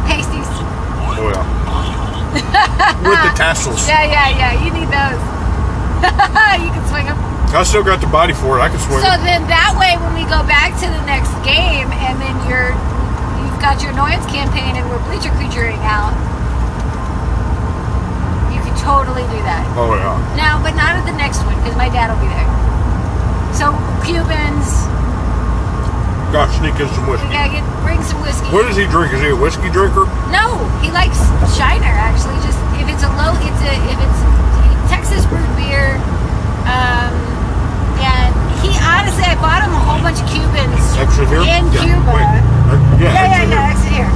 Speaker 2: Pasties.
Speaker 1: Oh, yeah. With the tassels.
Speaker 2: Yeah, yeah, yeah. You need those. you can swing them.
Speaker 1: I still got the body for it. I can swing.
Speaker 2: So
Speaker 1: it.
Speaker 2: then that way, when we go back to the next game, and then you're you've got your annoyance campaign, and we're bleacher creaturing out. You can totally do that.
Speaker 1: oh yeah.
Speaker 2: Now, but not at the next one because my dad will be there. So Cubans,
Speaker 1: Gotta sneak in some
Speaker 2: we
Speaker 1: whiskey.
Speaker 2: gotta get bring some whiskey.
Speaker 1: What does he drink? Is he a whiskey drinker?
Speaker 2: No, he likes Shiner actually. Just if it's a low, it's a if it's Texas brewed beer. Um, and he honestly, I bought him a whole bunch of Cubans
Speaker 1: Exit here?
Speaker 2: in
Speaker 1: yeah.
Speaker 2: Cuba.
Speaker 1: Wait. Uh, yeah, exit
Speaker 2: Yeah, yeah, yeah,
Speaker 1: here.
Speaker 2: exit here.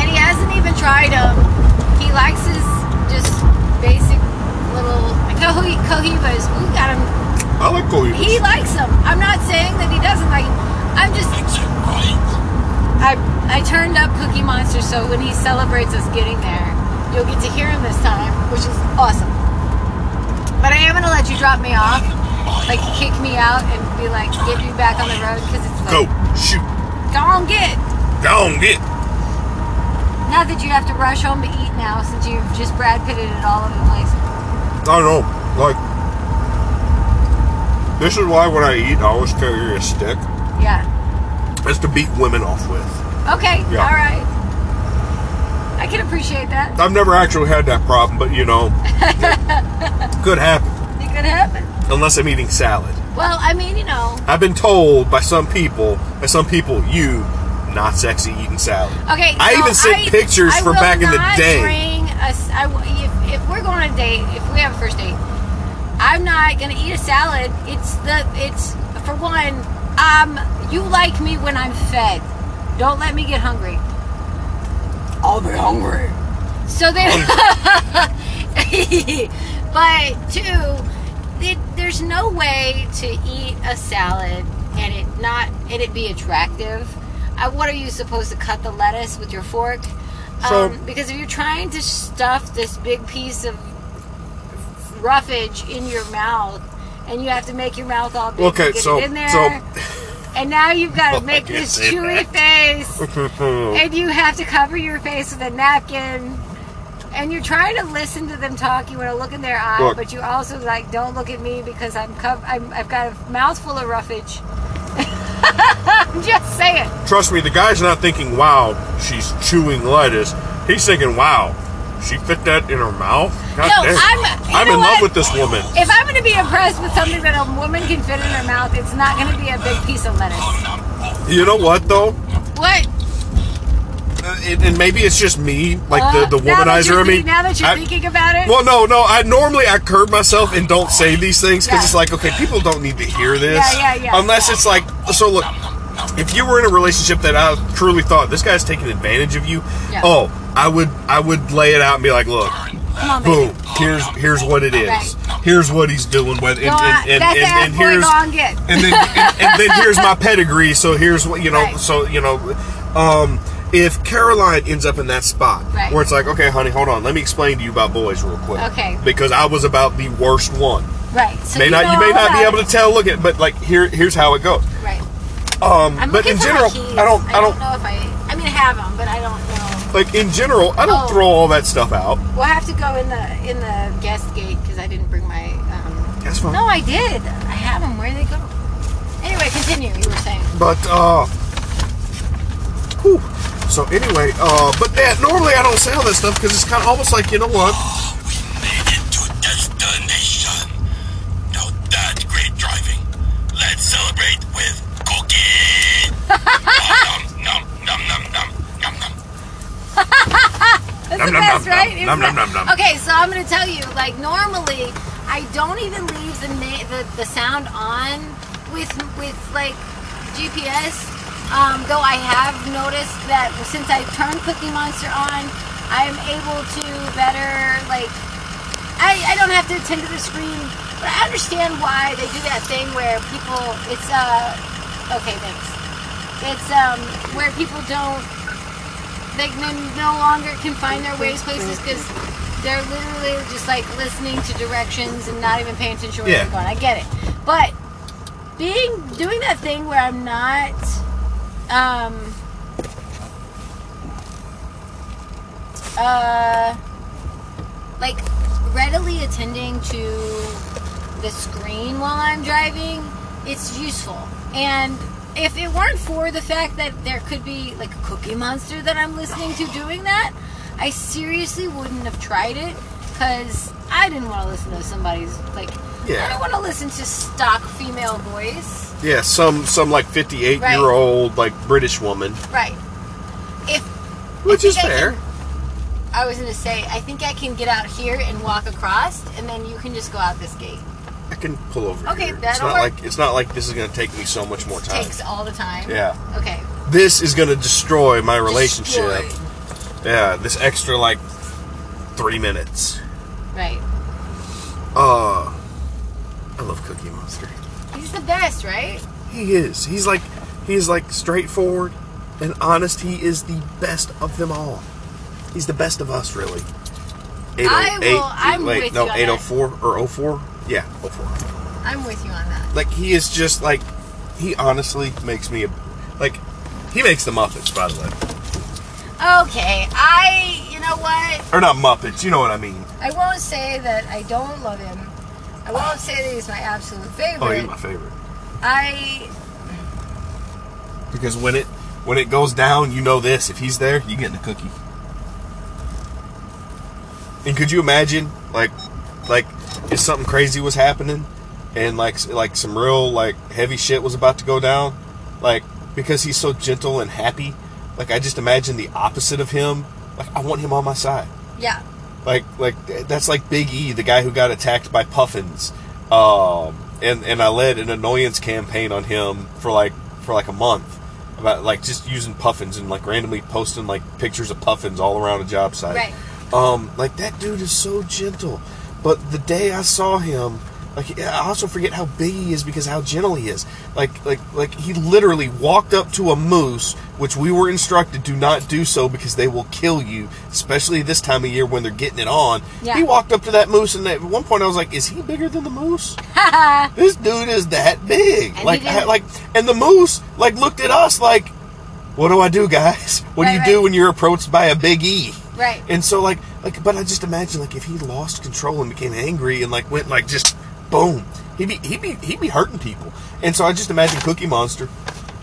Speaker 2: And he hasn't even tried them. He likes his just basic little Cohi- cohibas. We got him
Speaker 1: I like Cohiba.
Speaker 2: He likes them. I'm not saying that he doesn't like. I'm just.
Speaker 3: Exit right.
Speaker 2: I I turned up Cookie Monster, so when he celebrates us getting there, you'll get to hear him this time, which is awesome. But I am gonna let you drop me off, like kick me out and be like, get me back on the road because it's
Speaker 1: Go.
Speaker 2: like,
Speaker 1: Shoot.
Speaker 2: gone get.
Speaker 1: Down get.
Speaker 2: Not that you have to rush home to eat now, since you've just Brad Pitted it all over the place.
Speaker 1: I don't know. Like, this is why when I eat, I always carry a stick.
Speaker 2: Yeah.
Speaker 1: It's to beat women off with.
Speaker 2: Okay.
Speaker 1: Yeah.
Speaker 2: All right. I can appreciate that.
Speaker 1: I've never actually had that problem, but you know, could happen.
Speaker 2: It could happen.
Speaker 1: Unless I'm eating salad.
Speaker 2: Well, I mean, you know.
Speaker 1: I've been told by some people, by some people, you not sexy eating salad.
Speaker 2: Okay.
Speaker 1: I
Speaker 2: so
Speaker 1: even sent pictures
Speaker 2: I
Speaker 1: from
Speaker 2: will
Speaker 1: back in the
Speaker 2: not
Speaker 1: day.
Speaker 2: Bring a s I w if, if we're going on a date, if we have a first date, I'm not gonna eat a salad. It's the it's for one. Um, you like me when I'm fed. Don't let me get hungry. I'll be hungry. So there. but two, it, there's no way to eat a salad and it Uh, not and it be attractive. I, what are you supposed to cut the lettuce with your fork?
Speaker 1: So-
Speaker 2: um, because if you're trying to stuff this big piece of roughage in your mouth, and you have to make your mouth all big
Speaker 1: Okay,
Speaker 2: to get
Speaker 1: so-
Speaker 2: it in there,
Speaker 1: so-
Speaker 2: and now you've got
Speaker 1: Oh,
Speaker 2: to
Speaker 1: I
Speaker 2: make
Speaker 1: can't
Speaker 2: this
Speaker 1: say
Speaker 2: chewy face, and you have to cover your face with a napkin. And you're trying to listen to them talk. You want to look in their eye,
Speaker 1: Look.
Speaker 2: but you also like don't look at me because I'm, cov- I'm I've got a mouthful of roughage. I'm just saying.
Speaker 1: Trust me, the guy's not thinking, wow, she's chewing lettuce. He's thinking, wow, she fit that in her mouth? God
Speaker 2: No,
Speaker 1: damn.
Speaker 2: I'm- you
Speaker 1: I'm
Speaker 2: know
Speaker 1: in
Speaker 2: what?
Speaker 1: love with this woman.
Speaker 2: If I'm going to be impressed with something that a woman can fit in her mouth, it's not going to be a big piece of lettuce.
Speaker 1: You know what, though?
Speaker 2: What?
Speaker 1: Uh, it, and maybe it's just me, like
Speaker 2: Uh,
Speaker 1: the, the
Speaker 2: now that
Speaker 1: womanizer
Speaker 2: you're
Speaker 1: in me.
Speaker 2: thinking- Now that you're
Speaker 1: I-
Speaker 2: thinking about it,
Speaker 1: Well, no, no. I normally I curb myself and don't say these things because
Speaker 2: Yeah.
Speaker 1: it's like, okay, people don't need to hear this.
Speaker 2: Yeah, yeah, yeah.
Speaker 1: Unless it's like, so look, if you were in a relationship that I truly thought this guy's taking advantage of you,
Speaker 2: Yeah.
Speaker 1: oh, I would, I would lay it out and be like, look,
Speaker 2: come on, baby.
Speaker 1: boom, here's here's what it is,
Speaker 2: Right.
Speaker 1: here's what he's doing with, and,
Speaker 2: Go on.
Speaker 1: and, and, and,
Speaker 2: That's the
Speaker 1: and
Speaker 2: ass boy
Speaker 1: here's
Speaker 2: go on get.
Speaker 1: and then and, and then here's my pedigree. So here's what you know.
Speaker 2: Right.
Speaker 1: So you know, um, if Caroline ends up in that spot
Speaker 2: Right.
Speaker 1: where it's like, okay, honey, hold on, let me explain to you about boys real quick.
Speaker 2: Okay.
Speaker 1: Because I was about the worst one.
Speaker 2: Right. So
Speaker 1: may
Speaker 2: you
Speaker 1: not
Speaker 2: know
Speaker 1: you may
Speaker 2: all
Speaker 1: not be
Speaker 2: about
Speaker 1: able to tell. Look at, but like here here's how it goes.
Speaker 2: it. Right.
Speaker 1: Um,
Speaker 2: I'm
Speaker 1: but
Speaker 2: looking
Speaker 1: in
Speaker 2: for
Speaker 1: general,
Speaker 2: my keys.
Speaker 1: I don't I don't
Speaker 2: know if I. I mean, I have them, but I don't know.
Speaker 1: like in general I don't
Speaker 2: Oh.
Speaker 1: throw all that stuff out.
Speaker 2: We'll have to go in the in the guest gate because I didn't bring my. Um,
Speaker 1: That's fine.
Speaker 2: no, I did. I have them. Where they go? Anyway, continue. You were saying.
Speaker 1: But uh, whew. so anyway, uh, but that normally I don't say all that stuff because it's kind of almost like you know what.
Speaker 3: We made it to destination. Now that's great driving. Let's celebrate with cookie. nom, nom, nom, nom, nom, nom, nom.
Speaker 2: That's the
Speaker 1: Nom, nom,
Speaker 2: best,
Speaker 1: nom,
Speaker 2: right?
Speaker 1: nom, nom,
Speaker 2: Isn't that-
Speaker 1: nom, nom, nom.
Speaker 2: Okay, so I'm gonna tell you, like normally, I don't even leave the na- the, the sound on with with like GPS. Um, though I have noticed that since I turned Cookie Monster on, I'm able to better like I, I don't have to attend to the screen, but I understand why they do that thing where people it's uh okay thanks. It's um where people don't they no, no longer can find their ways places because they're literally just like listening to directions and not even paying attention
Speaker 1: Yeah.
Speaker 2: where they're going. I get it, but being doing that thing where I'm not um uh like readily attending to the screen while I'm driving, it's useful. And if it weren't for the fact that there could be like a cookie monster that I'm listening to doing that, I seriously wouldn't have tried it because I didn't want to listen to somebody's like I
Speaker 1: Yeah.
Speaker 2: don't want to listen to stock female voice.
Speaker 1: Yeah, some some like fifty eight
Speaker 2: Right.
Speaker 1: year old like British woman,
Speaker 2: Right. If
Speaker 1: which is
Speaker 2: think I
Speaker 1: fair.
Speaker 2: can- I was gonna say, I think I can get out here and walk across, and then you can just go out this gate.
Speaker 1: I can pull over.
Speaker 2: Okay,
Speaker 1: here. it's
Speaker 2: that'll
Speaker 1: not
Speaker 2: work.
Speaker 1: like it's not like this is going to take me so much more time.
Speaker 2: Takes all the time.
Speaker 1: Yeah,
Speaker 2: Okay.
Speaker 1: this is going to destroy my relationship.
Speaker 2: Destroy.
Speaker 1: Yeah, this extra like three minutes.
Speaker 2: Right.
Speaker 1: Uh, I love Cookie Monster.
Speaker 2: He's the best, right?
Speaker 1: He is. He's like he is like straightforward and honest. He is the best of them all. He's the best of us, really.
Speaker 2: I will-
Speaker 1: 808
Speaker 2: I'm
Speaker 1: wait,
Speaker 2: with
Speaker 1: no,
Speaker 2: you on that.
Speaker 1: 804 or 04? Yeah, 04.
Speaker 2: I'm with you on that.
Speaker 1: Like he is just like he honestly makes me a, like he makes the Muppets, by the way,
Speaker 2: Okay. I, you know what?
Speaker 1: or not Muppets. You know what I mean?
Speaker 2: I won't say that I don't love him. I won't say that he's my absolute favorite.
Speaker 1: Oh, he's my favorite
Speaker 2: I,
Speaker 1: because when it when it goes down, you know this. If he's there, you get the cookie. And could you imagine, like, like if something crazy was happening, and like s- like some real like heavy shit was about to go down, like because he's so gentle and happy, like I just imagine the opposite of him. Like I want him on my side.
Speaker 2: yeah.
Speaker 1: like like that's like Big E, the guy who got attacked by puffins. Um, and and I led an annoyance campaign on him for like for like a month about like just using puffins and like randomly posting like pictures of puffins all around a job site.
Speaker 2: Right.
Speaker 1: Um, like that dude is so gentle, but the day I saw him, Like yeah, I also forget how big he is because how gentle he is. Like like like he literally walked up to a moose, which we were instructed do not do so because they will kill you, especially this time of year when they're getting it on.
Speaker 2: Yeah.
Speaker 1: He walked up to that moose, and at one point I was like, "Is he bigger than the moose? this dude is that big."
Speaker 2: And
Speaker 1: like
Speaker 2: he didn't-
Speaker 1: like and the moose like looked at us like, "What do I do, guys? What do
Speaker 2: Right,
Speaker 1: you do
Speaker 2: right.
Speaker 1: when you're approached by a big E?"
Speaker 2: Right.
Speaker 1: And so like like but I just imagine like if he lost control and became angry and like went like just boom, he'd be he'd be he'd be hurting people. And so I just imagine Cookie Monster.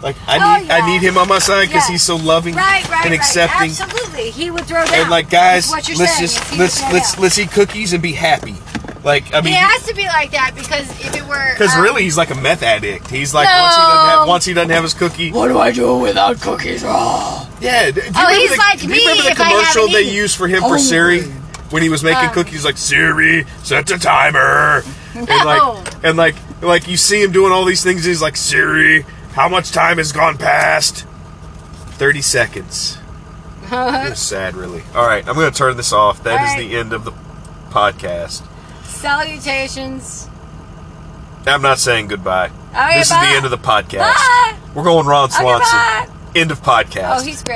Speaker 1: Like I
Speaker 2: Oh,
Speaker 1: need
Speaker 2: yeah.
Speaker 1: I need him on my side because
Speaker 2: Yeah.
Speaker 1: he's so loving
Speaker 2: Right, right,
Speaker 1: and accepting.
Speaker 2: Right. Absolutely, he would throw down.
Speaker 1: And like guys,
Speaker 2: That's what you're
Speaker 1: let's
Speaker 2: saying, is
Speaker 1: just
Speaker 2: he would
Speaker 1: let's
Speaker 2: throw
Speaker 1: let's
Speaker 2: down.
Speaker 1: let's eat cookies and be happy. Like I mean,
Speaker 2: It has to be like that because if it were,
Speaker 1: because
Speaker 2: um,
Speaker 1: really he's like a meth addict. He's like once he doesn't have
Speaker 2: No.
Speaker 1: once he doesn't have his cookie.
Speaker 4: What do I do without cookies? Oh,
Speaker 1: Yeah. d- Do you
Speaker 2: Oh,
Speaker 1: remember
Speaker 2: he's
Speaker 1: the,
Speaker 2: like
Speaker 1: do you
Speaker 2: me
Speaker 1: Remember the
Speaker 2: if I
Speaker 1: commercial
Speaker 2: haven't
Speaker 1: they
Speaker 2: eaten.
Speaker 1: used for him for
Speaker 4: Hungry.
Speaker 1: Siri when he was making
Speaker 2: Um.
Speaker 1: cookies? Like Siri, set the timer. And
Speaker 2: No.
Speaker 1: like and like like you see him doing all these things. And he's like Siri, how much time has gone past? Thirty seconds. it was sad, really. All right, I'm going to turn this off. That
Speaker 2: All
Speaker 1: is
Speaker 2: right.
Speaker 1: the end of the podcast.
Speaker 2: salutations.
Speaker 1: I'm not saying goodbye.
Speaker 2: right,
Speaker 1: this
Speaker 2: bye.
Speaker 1: is the end of the podcast.
Speaker 2: Bye.
Speaker 1: We're going Ron
Speaker 2: Okay,
Speaker 1: Swanson.
Speaker 2: bye.
Speaker 1: End of podcast.
Speaker 2: Oh, he's great.